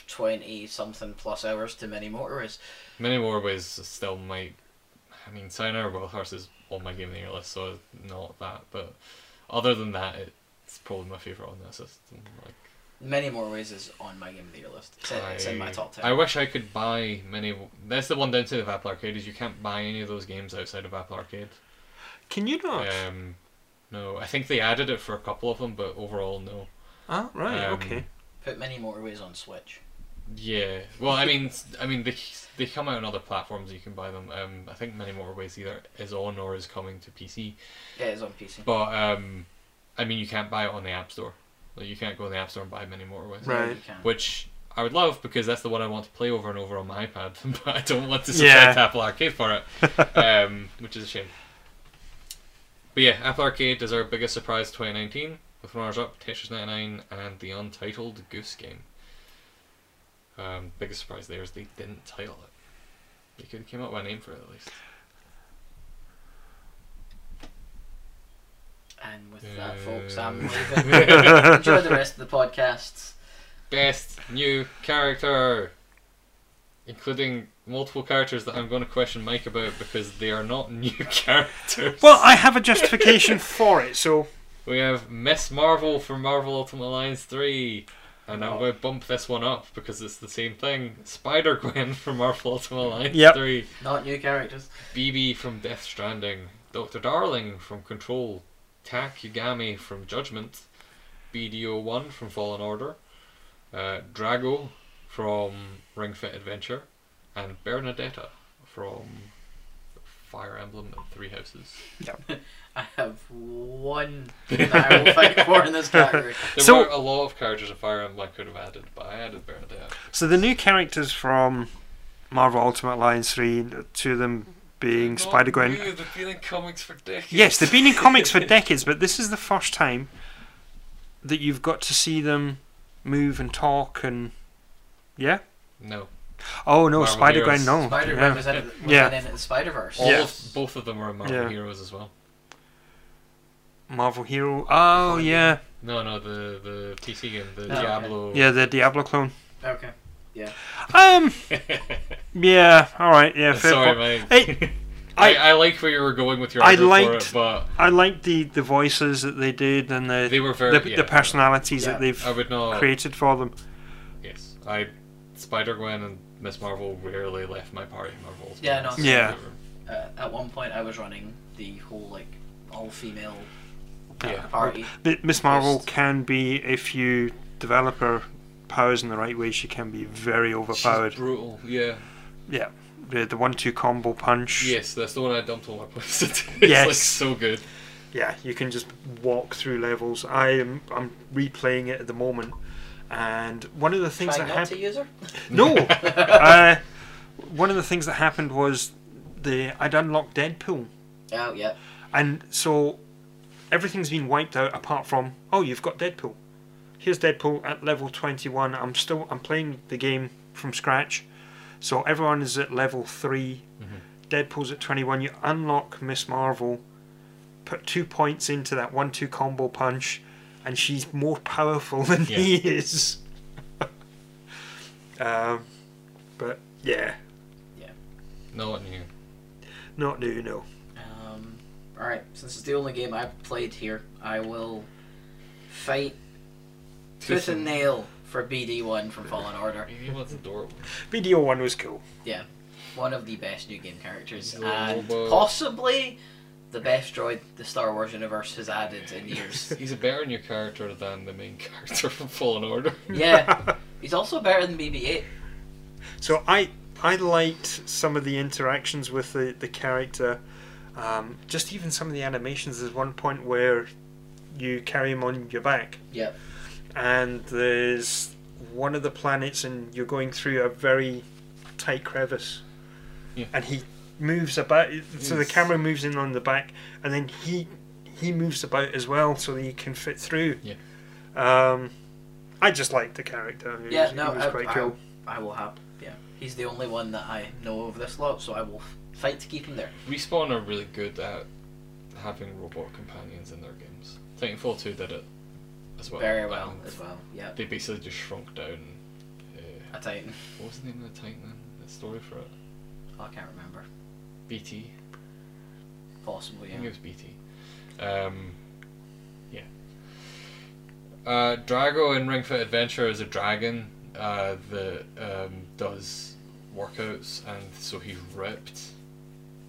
twenty something plus hours to many motorists. many more ways still might. I mean, Sayonara Wild Hearts is on my game of the year list, so not that. But other than that, it's probably my favorite on this list. Like, Many more ways is on my game of the year list. It's, in- it's in my I- top ten. I wish I could buy many. That's the one downside of Apple Arcade is you can't buy any of those games outside of Apple Arcade. Can you not? Um, no, I think they added it for a couple of them, but overall, no. Ah, right, Um, okay. Put many more ways on Switch. Yeah. Well, I mean, s- I mean, they they come out on other platforms. You can buy them. Um, I think many more ways either is on or is coming to PC. Yeah, it's on PC. But um, I mean, you can't buy it on the App Store. Like, you can't go on the App Store and buy many more ways. Right. You can. Which I would love because that's the one I want to play over and over on my iPad, but I don't want to Yeah. subscribe to Apple Arcade for it, um, which is a shame. But yeah, Apple Arcade is our biggest surprise 2019 with runners up Tetris 99 and the Untitled Goose Game. Um, biggest surprise there is they didn't title it. They could have came up with a name for it at least. And with Uh, that, folks, I'm leaving. Enjoy the rest of the podcast. best new character, including multiple characters that I'm going to question Mike about because they are not new characters. Well, I have a justification for it, so We have Miss Marvel from Marvel Ultimate Alliance 3. And I'm Oh. going to bump this one up because it's the same thing. Spider Gwen from Marvel Ultimate Alliance Yep. 3. Not new characters. BB from Death Stranding. Dr. Darling from Control. Tak Yagami from Judgment. BDO1 from Fallen Order. Uh, Drago from Ring Fit Adventure. And Bernadetta from Fire Emblem and Three Houses. I have one that I will fight for in this category. There So- were a lot of characters in Fire Emblem I could have added, but I added Bernadetta. so the new characters from Marvel Ultimate Alliance three, the two of them being Spider Gwen. They've been in comics for decades. Yes, they've been in comics for decades, but this is the first time that you've got to see them move and talk and yeah. No. Oh no, Marvel Spider Gwen, Heroes. no. Spider Yeah. Man was in it, was Yeah. in it at the Spider Verse. All Yeah. of, both of them were Marvel Yeah. heroes as well. Marvel Hero. Oh yeah, No, no, the the TC game, the okay. Diablo. yeah, the Diablo clone. Okay. Um, yeah, all right, yeah. Fair Sorry, point. mate. Hey, I, I I like where you were going with your I idea liked- for it, I liked the the voices that they did and but they the were very the, yeah, the personalities Yeah. that they've I would not. created for them. Yes, I Spider Gwen and Miss Marvel rarely left my party. Marvels. Yeah, no. Yeah. Uh, at one point, I was running the whole like all female Yeah. party. But Miss Marvel Just- can be if you develop her powers in the right way. She can be very overpowered. She's brutal. Yeah. Yeah, the the one two combo punch. Yes, that's the one I dumped all my points into. It's like Yes. so good. yeah, you can just walk through levels. I am I'm replaying it at the moment, and one of the things Trying that not to happened. use her. No, uh, one of the things that happened was the I'd unlocked Deadpool, Oh yeah. and so everything's been wiped out apart from oh you've got Deadpool. Here's Deadpool at level 21. I'm still I'm playing the game from scratch, so everyone is at level 3 Deadpool's at 21. You unlock Miss Marvel, put two points into that one-two combo punch, and she's more powerful than Yeah. he is. um, but yeah, No new. not new, no. Um, all right. Since it's the only game I've played here, I will fight tooth and nail for BD one from Fallen Order. Maybe what's adorable. BDO one was cool. One of the best new game characters, Little and robot. possibly the best droid the Star Wars universe has added in years. He's a better new character than the main character from Fallen Order. yeah. He's also better than BB-8. So I I liked some of the interactions with the the character, um, just even some of the animations. There's one point where you carry him on your back, Yep. and there's one of the planets, and you're going through a very tight crevice, Yeah. and he moves about. So the Yes. camera moves in on the back, and then he he moves about as well, so that you can fit through. Yeah. Um, I just liked the character. He Yeah, was- no, he was I, quite I, cool. I will have. Yeah, he's the only one that I know of this lot, so I will fight to keep him there. Respawn are really good at having robot companions in their games. Titanfall 2 did it as well. Very well Um, as well. Yeah, They basically just shrunk down. Uh, a Titan. what was the name of the Titan? then? The story for it? Oh, I can't remember. BT. Possibly. I think Yeah. it was BT. Um, yeah. Uh, Drago in Ring Fit Adventure is a dragon uh, that um, does workouts, and so he's ripped.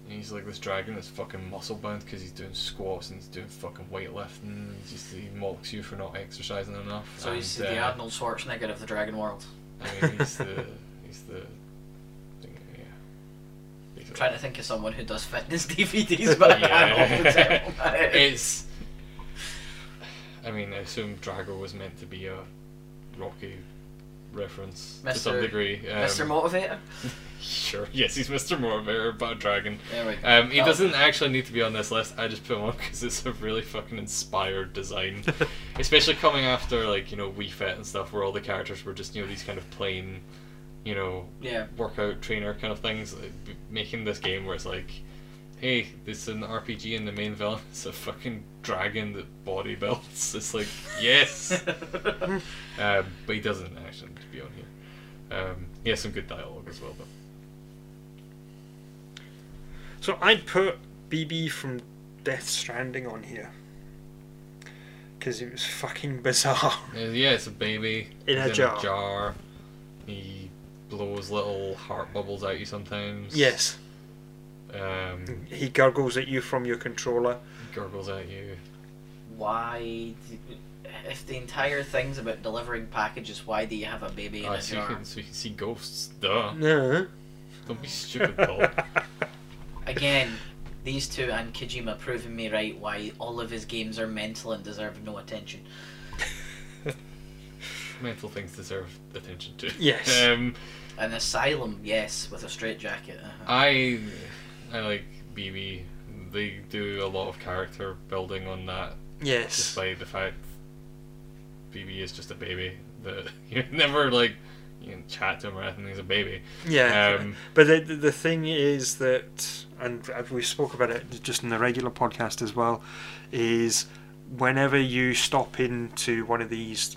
And he's like this dragon that's fucking muscle bound because he's doing squats and he's doing fucking weightlifting. And he just he mocks you for not exercising enough. So he's and, the uh, Arnold Schwarzenegger of the Dragon World. I mean, he's the he's the thing, yeah. He's I'm a- trying to think of someone who does fitness DVDs, but I can't off the top of my head. it's. I mean, I assume Drago was meant to be a Rocky reference to some Mr. degree. Um, Mr. Motivator. Sure. Yes, he's Mr. Mortimer, but a dragon. There we go. Um, he Oh. doesn't actually need to be on this list. I just put him on because it's a really fucking inspired design, especially coming after like you know Wii Fit and stuff, where all the characters were just you know these kind of plain, you know, Yeah. workout trainer kind of things. like, b- making this game where it's like, hey, this is an RPG and the main villain is a fucking dragon that body builds. It's like yes, um, but he doesn't actually need to be on here. Um, he has some good dialogue as well, though. So I'd put BB from Death Stranding on here. Because it was fucking bizarre. Uh, Yeah, it's a baby. In a He's jar. jar. He blows little heart bubbles at you sometimes. Yes. Hmm. Um, He gurgles at you from your controller. gurgles at you. why? d- If the entire thing's about delivering packages, why do you have a baby in Ah, a so, you jar? can, so you can see ghosts. Duh. No. Don't be stupid, Paul. Again, these two and Kojima proving me right why all of his games are mental and deserve no attention. Mental things deserve attention too. Yes. Um, An asylum, yes, with a straitjacket. uh I, I like BB. They do a lot of character building on that, Yes. despite the fact BB is just a baby. That you never like you can chat to him or anything. He's a baby. Yeah. Um, But the, the the thing is that, and uh, we spoke about it just in the regular podcast as well, is whenever you stop into one of these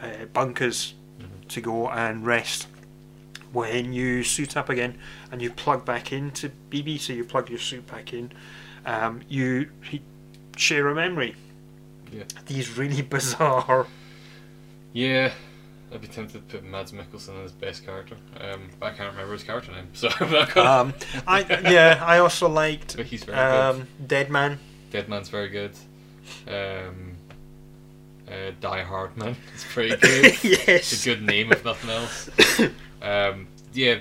uh, bunkers Mm-hmm. to go and rest, when you suit up again and you plug back into BB, so you plug your suit back in, um, you he, share a memory. Yeah. These really bizarre. Yeah, I'd be tempted to put Mads Mikkelsen as best character, um, but I can't remember his character name, so I'm not gonna. Um, I yeah, I also liked but he's very um, Dead Man. good. Dead Man's very good. Um, uh, Die Hard Man is pretty good. it's yes. a good name if nothing else. Um, yeah,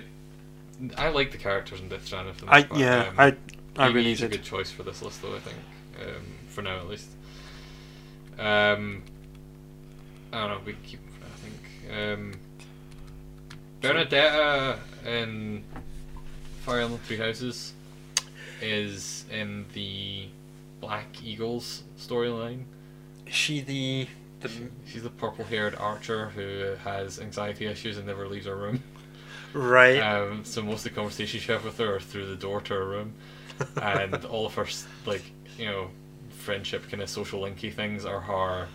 I like the characters in Death Stranding. for the I most part. yeah, Um, I I BB really is a did. good choice for this list, though. I think um, for now, at least. Um, I don't know. We keep. I think um, Bernadetta in Fire Emblem Three Houses is in the Black Eagles storyline. She the the She's the purple-haired archer who has anxiety issues and never leaves her room. right. Um, so most of the conversations you have with her are through the door to her room, and all of her s- like you know friendship kind of social linky things are her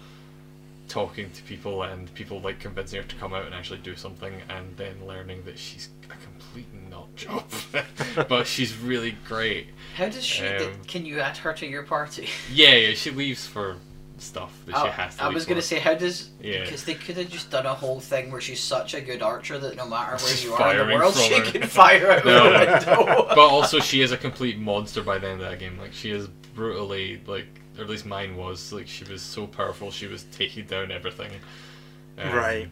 talking to people and people like convincing her to come out and actually do something, and then learning that she's a complete nut job, but she's really great. How does she? d Um, can you add her to your party? Yeah, yeah, she leaves for stuff that she Oh, has to. I leave was gonna for. say, how does? Yeah. Because they could have just done a whole thing where she's such a good archer that no matter where She's you are in the firing world, from she her. can fire out No. the window. but also she is a complete monster by the end of that game. Like she is brutally like, or at least mine was. Like she was so powerful, she was taking down everything. Um, right.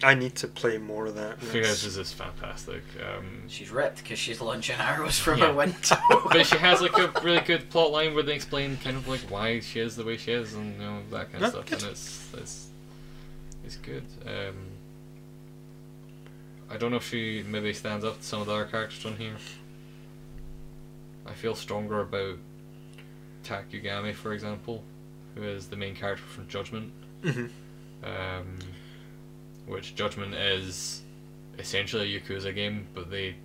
I need to play more of that. Three That's- Houses is fantastic. Um, She's ripped because she's launching arrows from Yeah. her window. but she has like a really good plot line where they explain kind of like why she is the way she is and you know that kind of Yeah, stuff, and it's it's it's good. Um, I don't know if she maybe stands up to some of the other characters on here. I feel stronger about Takugami, for example, who is the main character from Judgment. Mhm. Um, which Judgment is essentially a Yakuza game, but they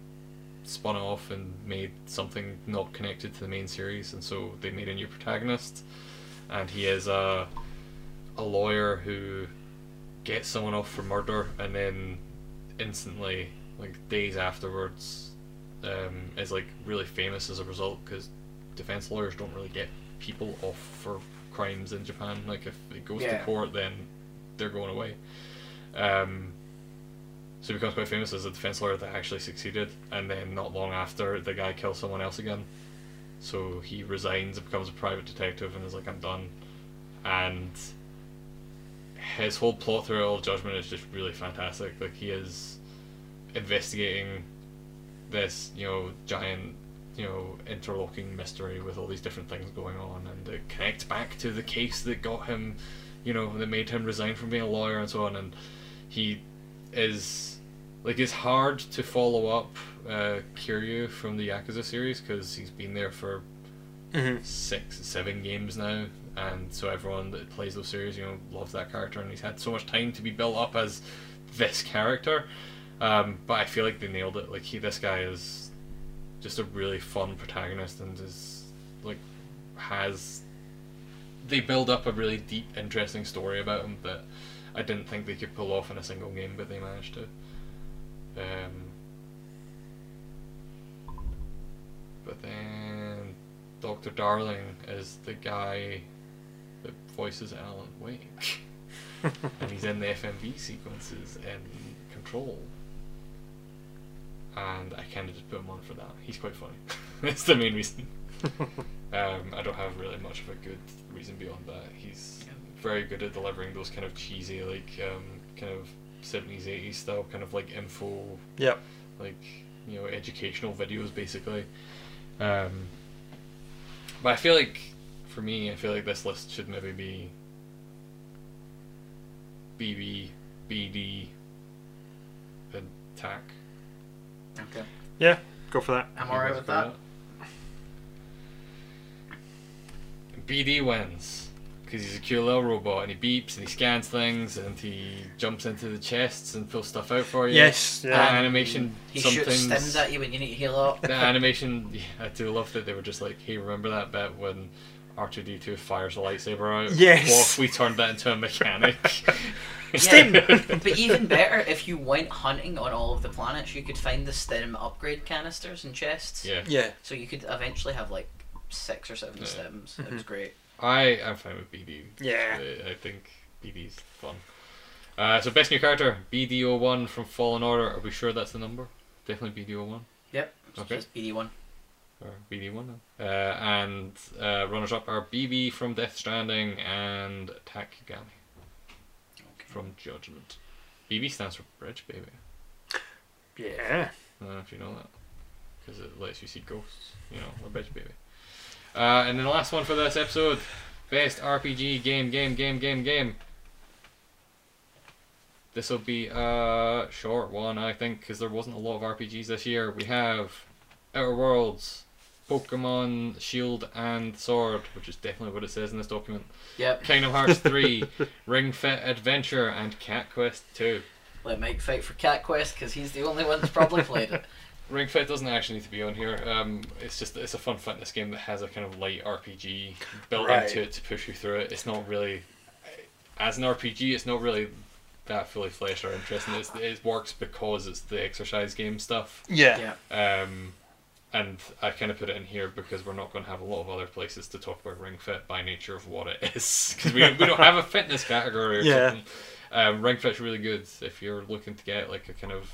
spun off and made something not connected to the main series, and so they made a new protagonist, and he is a a lawyer who gets someone off for murder, and then instantly, like days afterwards, um, is like really famous as a result because defense lawyers don't really get people off for crimes in Japan. Like if it goes Yeah. to court, then they're going away. Um, so he becomes quite famous as a defense lawyer that actually succeeded, and then not long after, the guy kills someone else again. So he resigns and becomes a private detective and is like, I'm done. And his whole plot throughout of Judgment is just really fantastic. Like he is investigating this, you know, giant, you know, interlocking mystery with all these different things going on, and it connects back to the case that got him, you know, that made him resign from being a lawyer and so on. And he is like it's hard to follow up uh, Kiryu from the Yakuza series because he's been there for Mhm. six, seven games now, and so everyone that plays those series, you know, loves that character, and he's had so much time to be built up as this character. Um, but I feel like they nailed it. Like he, this guy is just a really fun protagonist, and is like has they build up a really deep, interesting story about him that I didn't think they could pull off in a single game, but they managed to. Um, but then Doctor Darling is the guy that voices Alan Wake, and he's in the FMV sequences in Control. And I kind of just put him on for that. He's quite funny. That's the main reason. um, I don't have really much of a good reason beyond that. He's very good at delivering those kind of cheesy, like um, kind of seventies, eighties style, kind of like info Yep. like you know educational videos basically um, but i feel like for me i feel like this list should maybe be bb bd and tac Okay. Yeah. Go for that. I'm alright with that. bd wins because he's a cute little robot and he beeps and he scans things and he jumps into the chests and pulls stuff out for you Yes. the Yeah. Uh, animation He shoots sometimes stims at you when you need to heal up. the animation, yeah, I do love that they were just like, hey, remember that bit when R2D2 fires a lightsaber out? Yes. What if we turned that into a mechanic? Stim! but even better, if you went hunting on all of the planets, you could find the stem upgrade canisters and chests. yeah. yeah. So you could eventually have like six or seven Yeah. stems. It was great. I am fine with BD. Yeah. Uh, I think BD's fun. Uh, so, best new character, BD01 from Fallen Order. Are we sure that's the number? Definitely BD01 Yep. It's Okay. Just BD one. or BD1. now. Uh, and uh, runners up are BB from Death Stranding and Takigami from Judgment. BB stands for Bridge Baby. Yeah. I don't know if you know that. Because it lets you see ghosts. You know, a bitch baby. Uh, and then the last one for this episode Best RPG game, game, game, game, game. This will be a short one, I think, because there wasn't a lot of RPGs this year. We have Outer Worlds, Pokemon Shield and Sword, which is definitely what it says in this document, Yep. Kingdom Hearts 3, Ring Fit Adventure, and Cat Quest 2. Let Mike fight for Cat Quest because he's the only one that's probably played it. Ring Fit doesn't actually need to be on here. Um, it's just it's a fun fitness game that has a kind of light RPG built Right. into it to push you through it. It's not really as an RPG. It's not really that fully fleshed or interesting. It's, it works because it's the exercise game stuff. Yeah. Yeah. Um, and I kind of put it in here because we're not going to have a lot of other places to talk about Ring Fit by nature of what it is. Because we, we don't have a fitness category or Yeah. something. Um, Ring Fit's really good if you're looking to get like a kind of,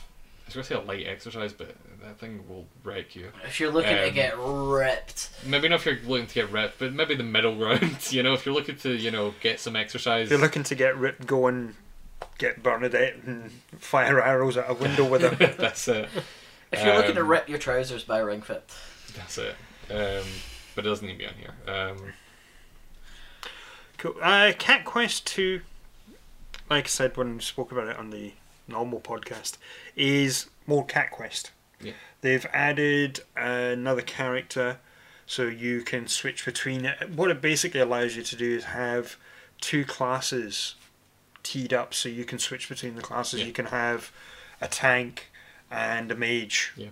I was going to say a light exercise, but that thing will wreck you. If you're looking to Um, get ripped, Maybe not if you're looking to get ripped, but maybe the middle ground. You know, if you're looking to, you know, get some exercise. If you're looking to get ripped, go and get Bernadette and fire arrows at a window with him. that's it. if you're looking to um, rip your trousers by Ring Fit, That's it. Um, but it doesn't need to be on here. Um, Cool. Uh, Cat Quest 2, like I said when we spoke about it on the normal podcast, is more Cat Quest. Yeah. They've added another character so you can switch between it. What it basically allows you to do is have two classes teed up so you can switch between the classes. Yeah. You can have a tank and a mage. Yeah.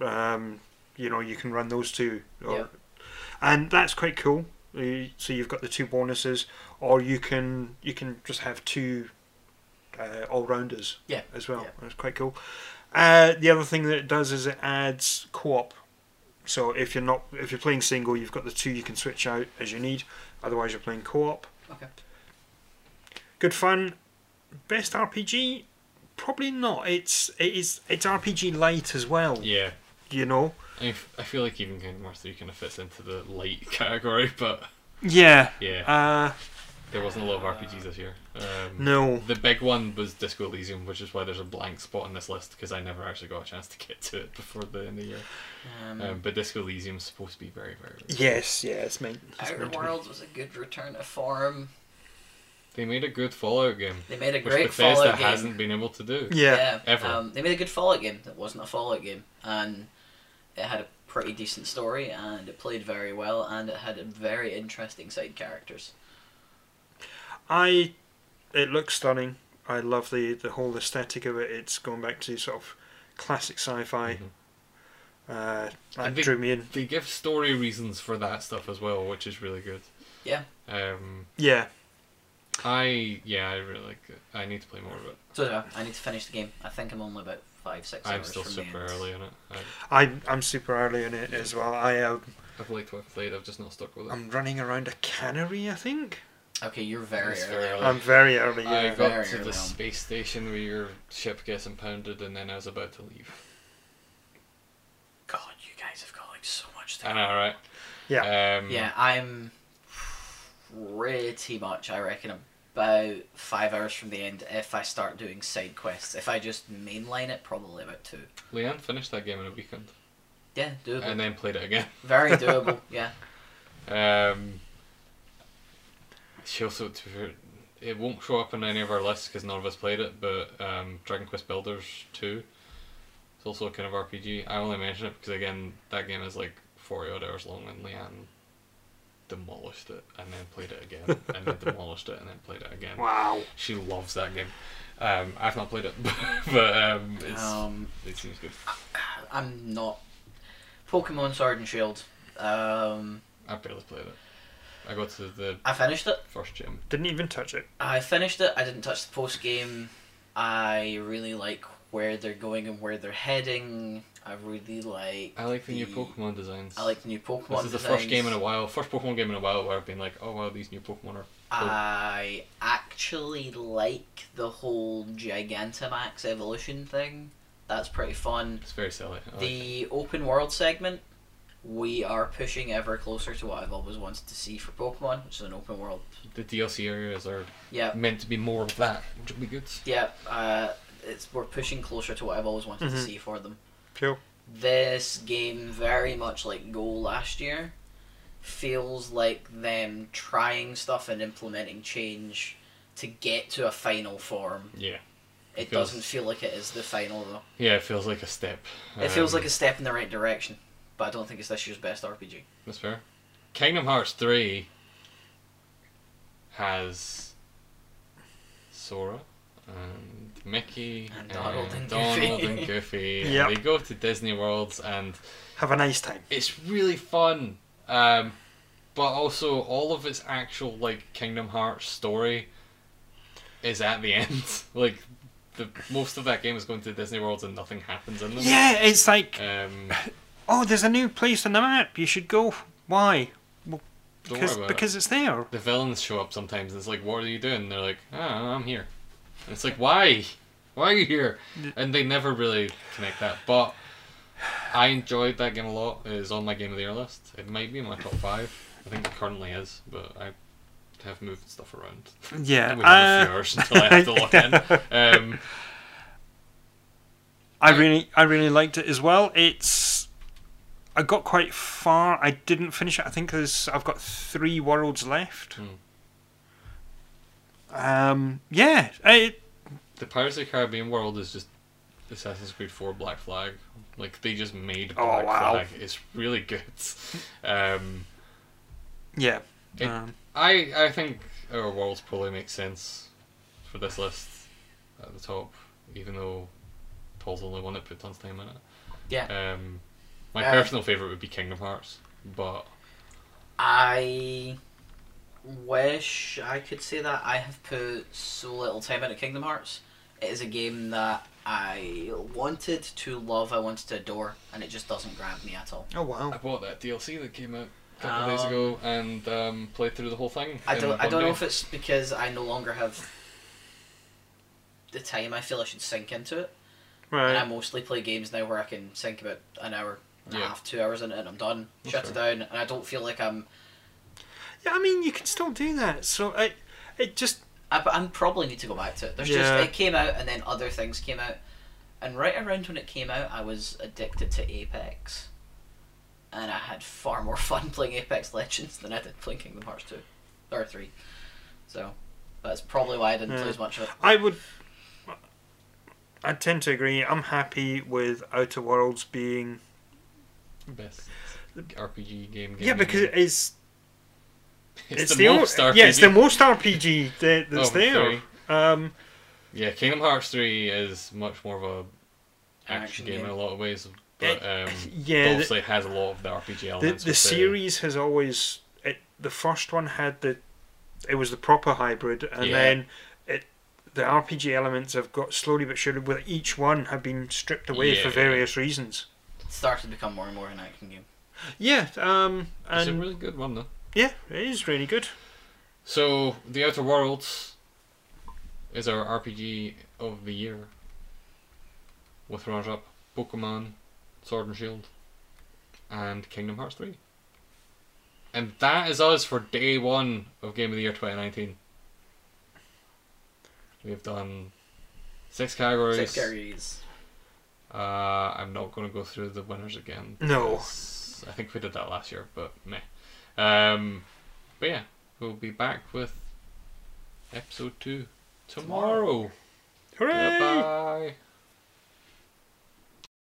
Um, you know, you can run those two. Or, Yeah. And that's quite cool. You- So you've got the two bonuses, or you can you can just have two uh, all rounders. Yeah, As well, yeah. that's quite cool. Uh, the other thing that it does is it adds co-op. So if you're not if you're playing single, you've got the two you can switch out as you need. Otherwise, you're playing co-op. okay. Good fun. Best RPG? Probably not. It's it is it's RPG light as well. yeah. You know. I, f- I feel like even Kingdom Hearts 3 kind of fits into the light category, but Yeah. yeah. Uh, There wasn't a lot of RPGs this year. Um, No. The big one was Disco Elysium, which is why there's a blank spot on this list because I never actually got a chance to get to it before the end of the year. Um, Um, but Disco Elysium's supposed to be very, very. good. Yes, yeah, it's meant. it's Outer meant to be. Worlds was a good return to form. They made a good Fallout game, They made a which great Bethesda Fallout game. hasn't been able to do. Yeah. ever. Um, they made a good Fallout game that wasn't a Fallout game, and it had a pretty decent story, and it played very well, and it had very interesting side characters. I. It looks stunning. I love the the whole aesthetic of it. It's going back to sort of classic sci-fi. Mhm. Uh, I that think- drew me in. They give story reasons for that stuff as well, which is really good. Yeah. Um, Yeah, I yeah, I really like it. I need to play more of it. So yeah, I need to finish the game. I think I'm only about five, six I'm hours still from super the end. early in it. I, I I'm super early in it as well. I um, I've liked what I've played. I've just not stuck with it. Um, I'm running around a cannery. I think Okay, you're very It's early. very early. I'm very early. I Yeah. got Very to the early on. space station where your ship gets impounded, and then I was about to leave. God, you guys have got like so much I time. know, right? Yeah. Um, Yeah, I'm pretty much, I reckon, about five hours from the end if I start doing side quests. If I just mainline it, probably about two. Leanne finished that game in a weekend, Yeah, doable. and then played it again. Very doable, yeah. Um, she also, to be fair, it won't show up on any of our lists because none of us played it, but um, Dragon Quest Builders 2 It's also a kind of RPG. I only mention it because, again, that game is like 40 odd hours long, and Leanne demolished it and then played it again, and then demolished it and then played it again. Wow. She loves that game. Um, I've not played it, but um, it's, Um, it seems good. I'm not. Pokemon Sword and Shield. Um, I barely played it. I got to the I finished it. first gym. Didn't even touch it. I finished it. I didn't touch the post game. I really like where they're going and where they're heading. I really like. I like the new Pokemon designs. I like the new Pokemon. This is the first designs. game in a while, first Pokemon game in a while where I've been like, oh wow, these new Pokemon are. I actually like the whole Gigantamax evolution thing. That's pretty fun. It's very silly. I like it. The open world segment, we are pushing ever closer to what I've always wanted to see for Pokemon, which is an open world. the DLC areas are Yeah, meant to be more of that, which would be good. yeah. Uh, it's we're pushing closer to what I've always wanted Mm-hmm. Mhm. to see for them. Pure. This game, very much like Go last year, feels like them trying stuff and implementing change to get to a final form. Yeah, It Feels- doesn't feel like it is the final though. yeah, it feels like a step. It feels Um, like a step in the right direction, but I don't think it's this year's best RPG. Um, That's fair. Kingdom Hearts 3 has Sora and Mickey And Donald and Donald Goofy. and Goofy. and Yep. they go to Disney Worlds and Have a nice time. it's really fun. Um, but also all of its actual like Kingdom Hearts story is at the end. like the most of that game is going to Disney Worlds and nothing happens in them. Yeah, it's like Um, oh, there's a new place on the map. You should go. Why? don't because worry about it. because it's there. the villains show up sometimes and it's like what are you doing and they're like oh, i'm here and it's like why why are you here and they never really connect that but i enjoyed that game a lot it is on my game of the year list it might be in my top five i think it currently is but i have moved stuff around Yeah. we have a few uh, hours until i have to log in um, I really I really liked it as well. It's I got quite far. I didn't finish it. I think there's I've got three worlds left. Hmm. Um. Yeah. It, the pirates of the caribbean world is just assassin's creed 4 black flag like they just made Oh, black wow. flag it's really good um, yeah. It- um, I I think our worlds probably makes sense for this list at the top, even though Paul's the only one that put tons of time in it. Yeah. Um, my Yeah. personal favorite would be Kingdom Hearts, but I wish I could say that I have put so little time into Kingdom Hearts. It is a game that I wanted to love, I wanted to adore, and it just doesn't grab me at all. oh I wow. bought that DLC that came out a couple of days Um, ago and um, played through the whole thing. I in don't. I one don't know day. if it's because I no longer have the time I feel I should sink into it. And I Right. mostly play games now where I can sink about an hour and Yeah. a half, two hours in it, and I'm done. That's shut it down, and I don't feel like I'm. Yeah. I mean, you can still do that. So I It just I, but I probably need to go back to it. There's Yeah. just it came out and then other things came out, and right around when it came out, I was addicted to Apex, and I had far more fun playing Apex Legends than I did playing Kingdom Hearts two, or three. So that's probably why I didn't Yeah. play as much of it. I would. I tend to agree. I'm happy with Outer Worlds being. Best RPG game. Yeah, game because ever. it's it's, it's, the, the, o- most RPG. yeah it's the most RPG that, that's Of there. three. Um, Yeah, Kingdom Hearts three is much more of a action, Action game, in game. a lot of ways, but um, yeah, it the- obviously has a lot of the RPG the elements. the with series has always it, the first one had the it was the proper hybrid and Yeah. then it the RPG elements have got slowly but surely with each one have been stripped away for Yeah. various reasons. It started to become more and more an action game. Yeah, um, It's and a really good one though. yeah, it is really good. So the Outer Worlds is our RPG of the year, with runners up Pokemon, Sword and Shield, and Kingdom Hearts three. And that is us for day one of Game of the Year 2019. We've done six categories. Six Gary's. Uh, I'm not going to go through the winners again. No. because I think we did that last year, but meh. Um, but yeah, we'll be back with episode two tomorrow. Hooray! Goodbye.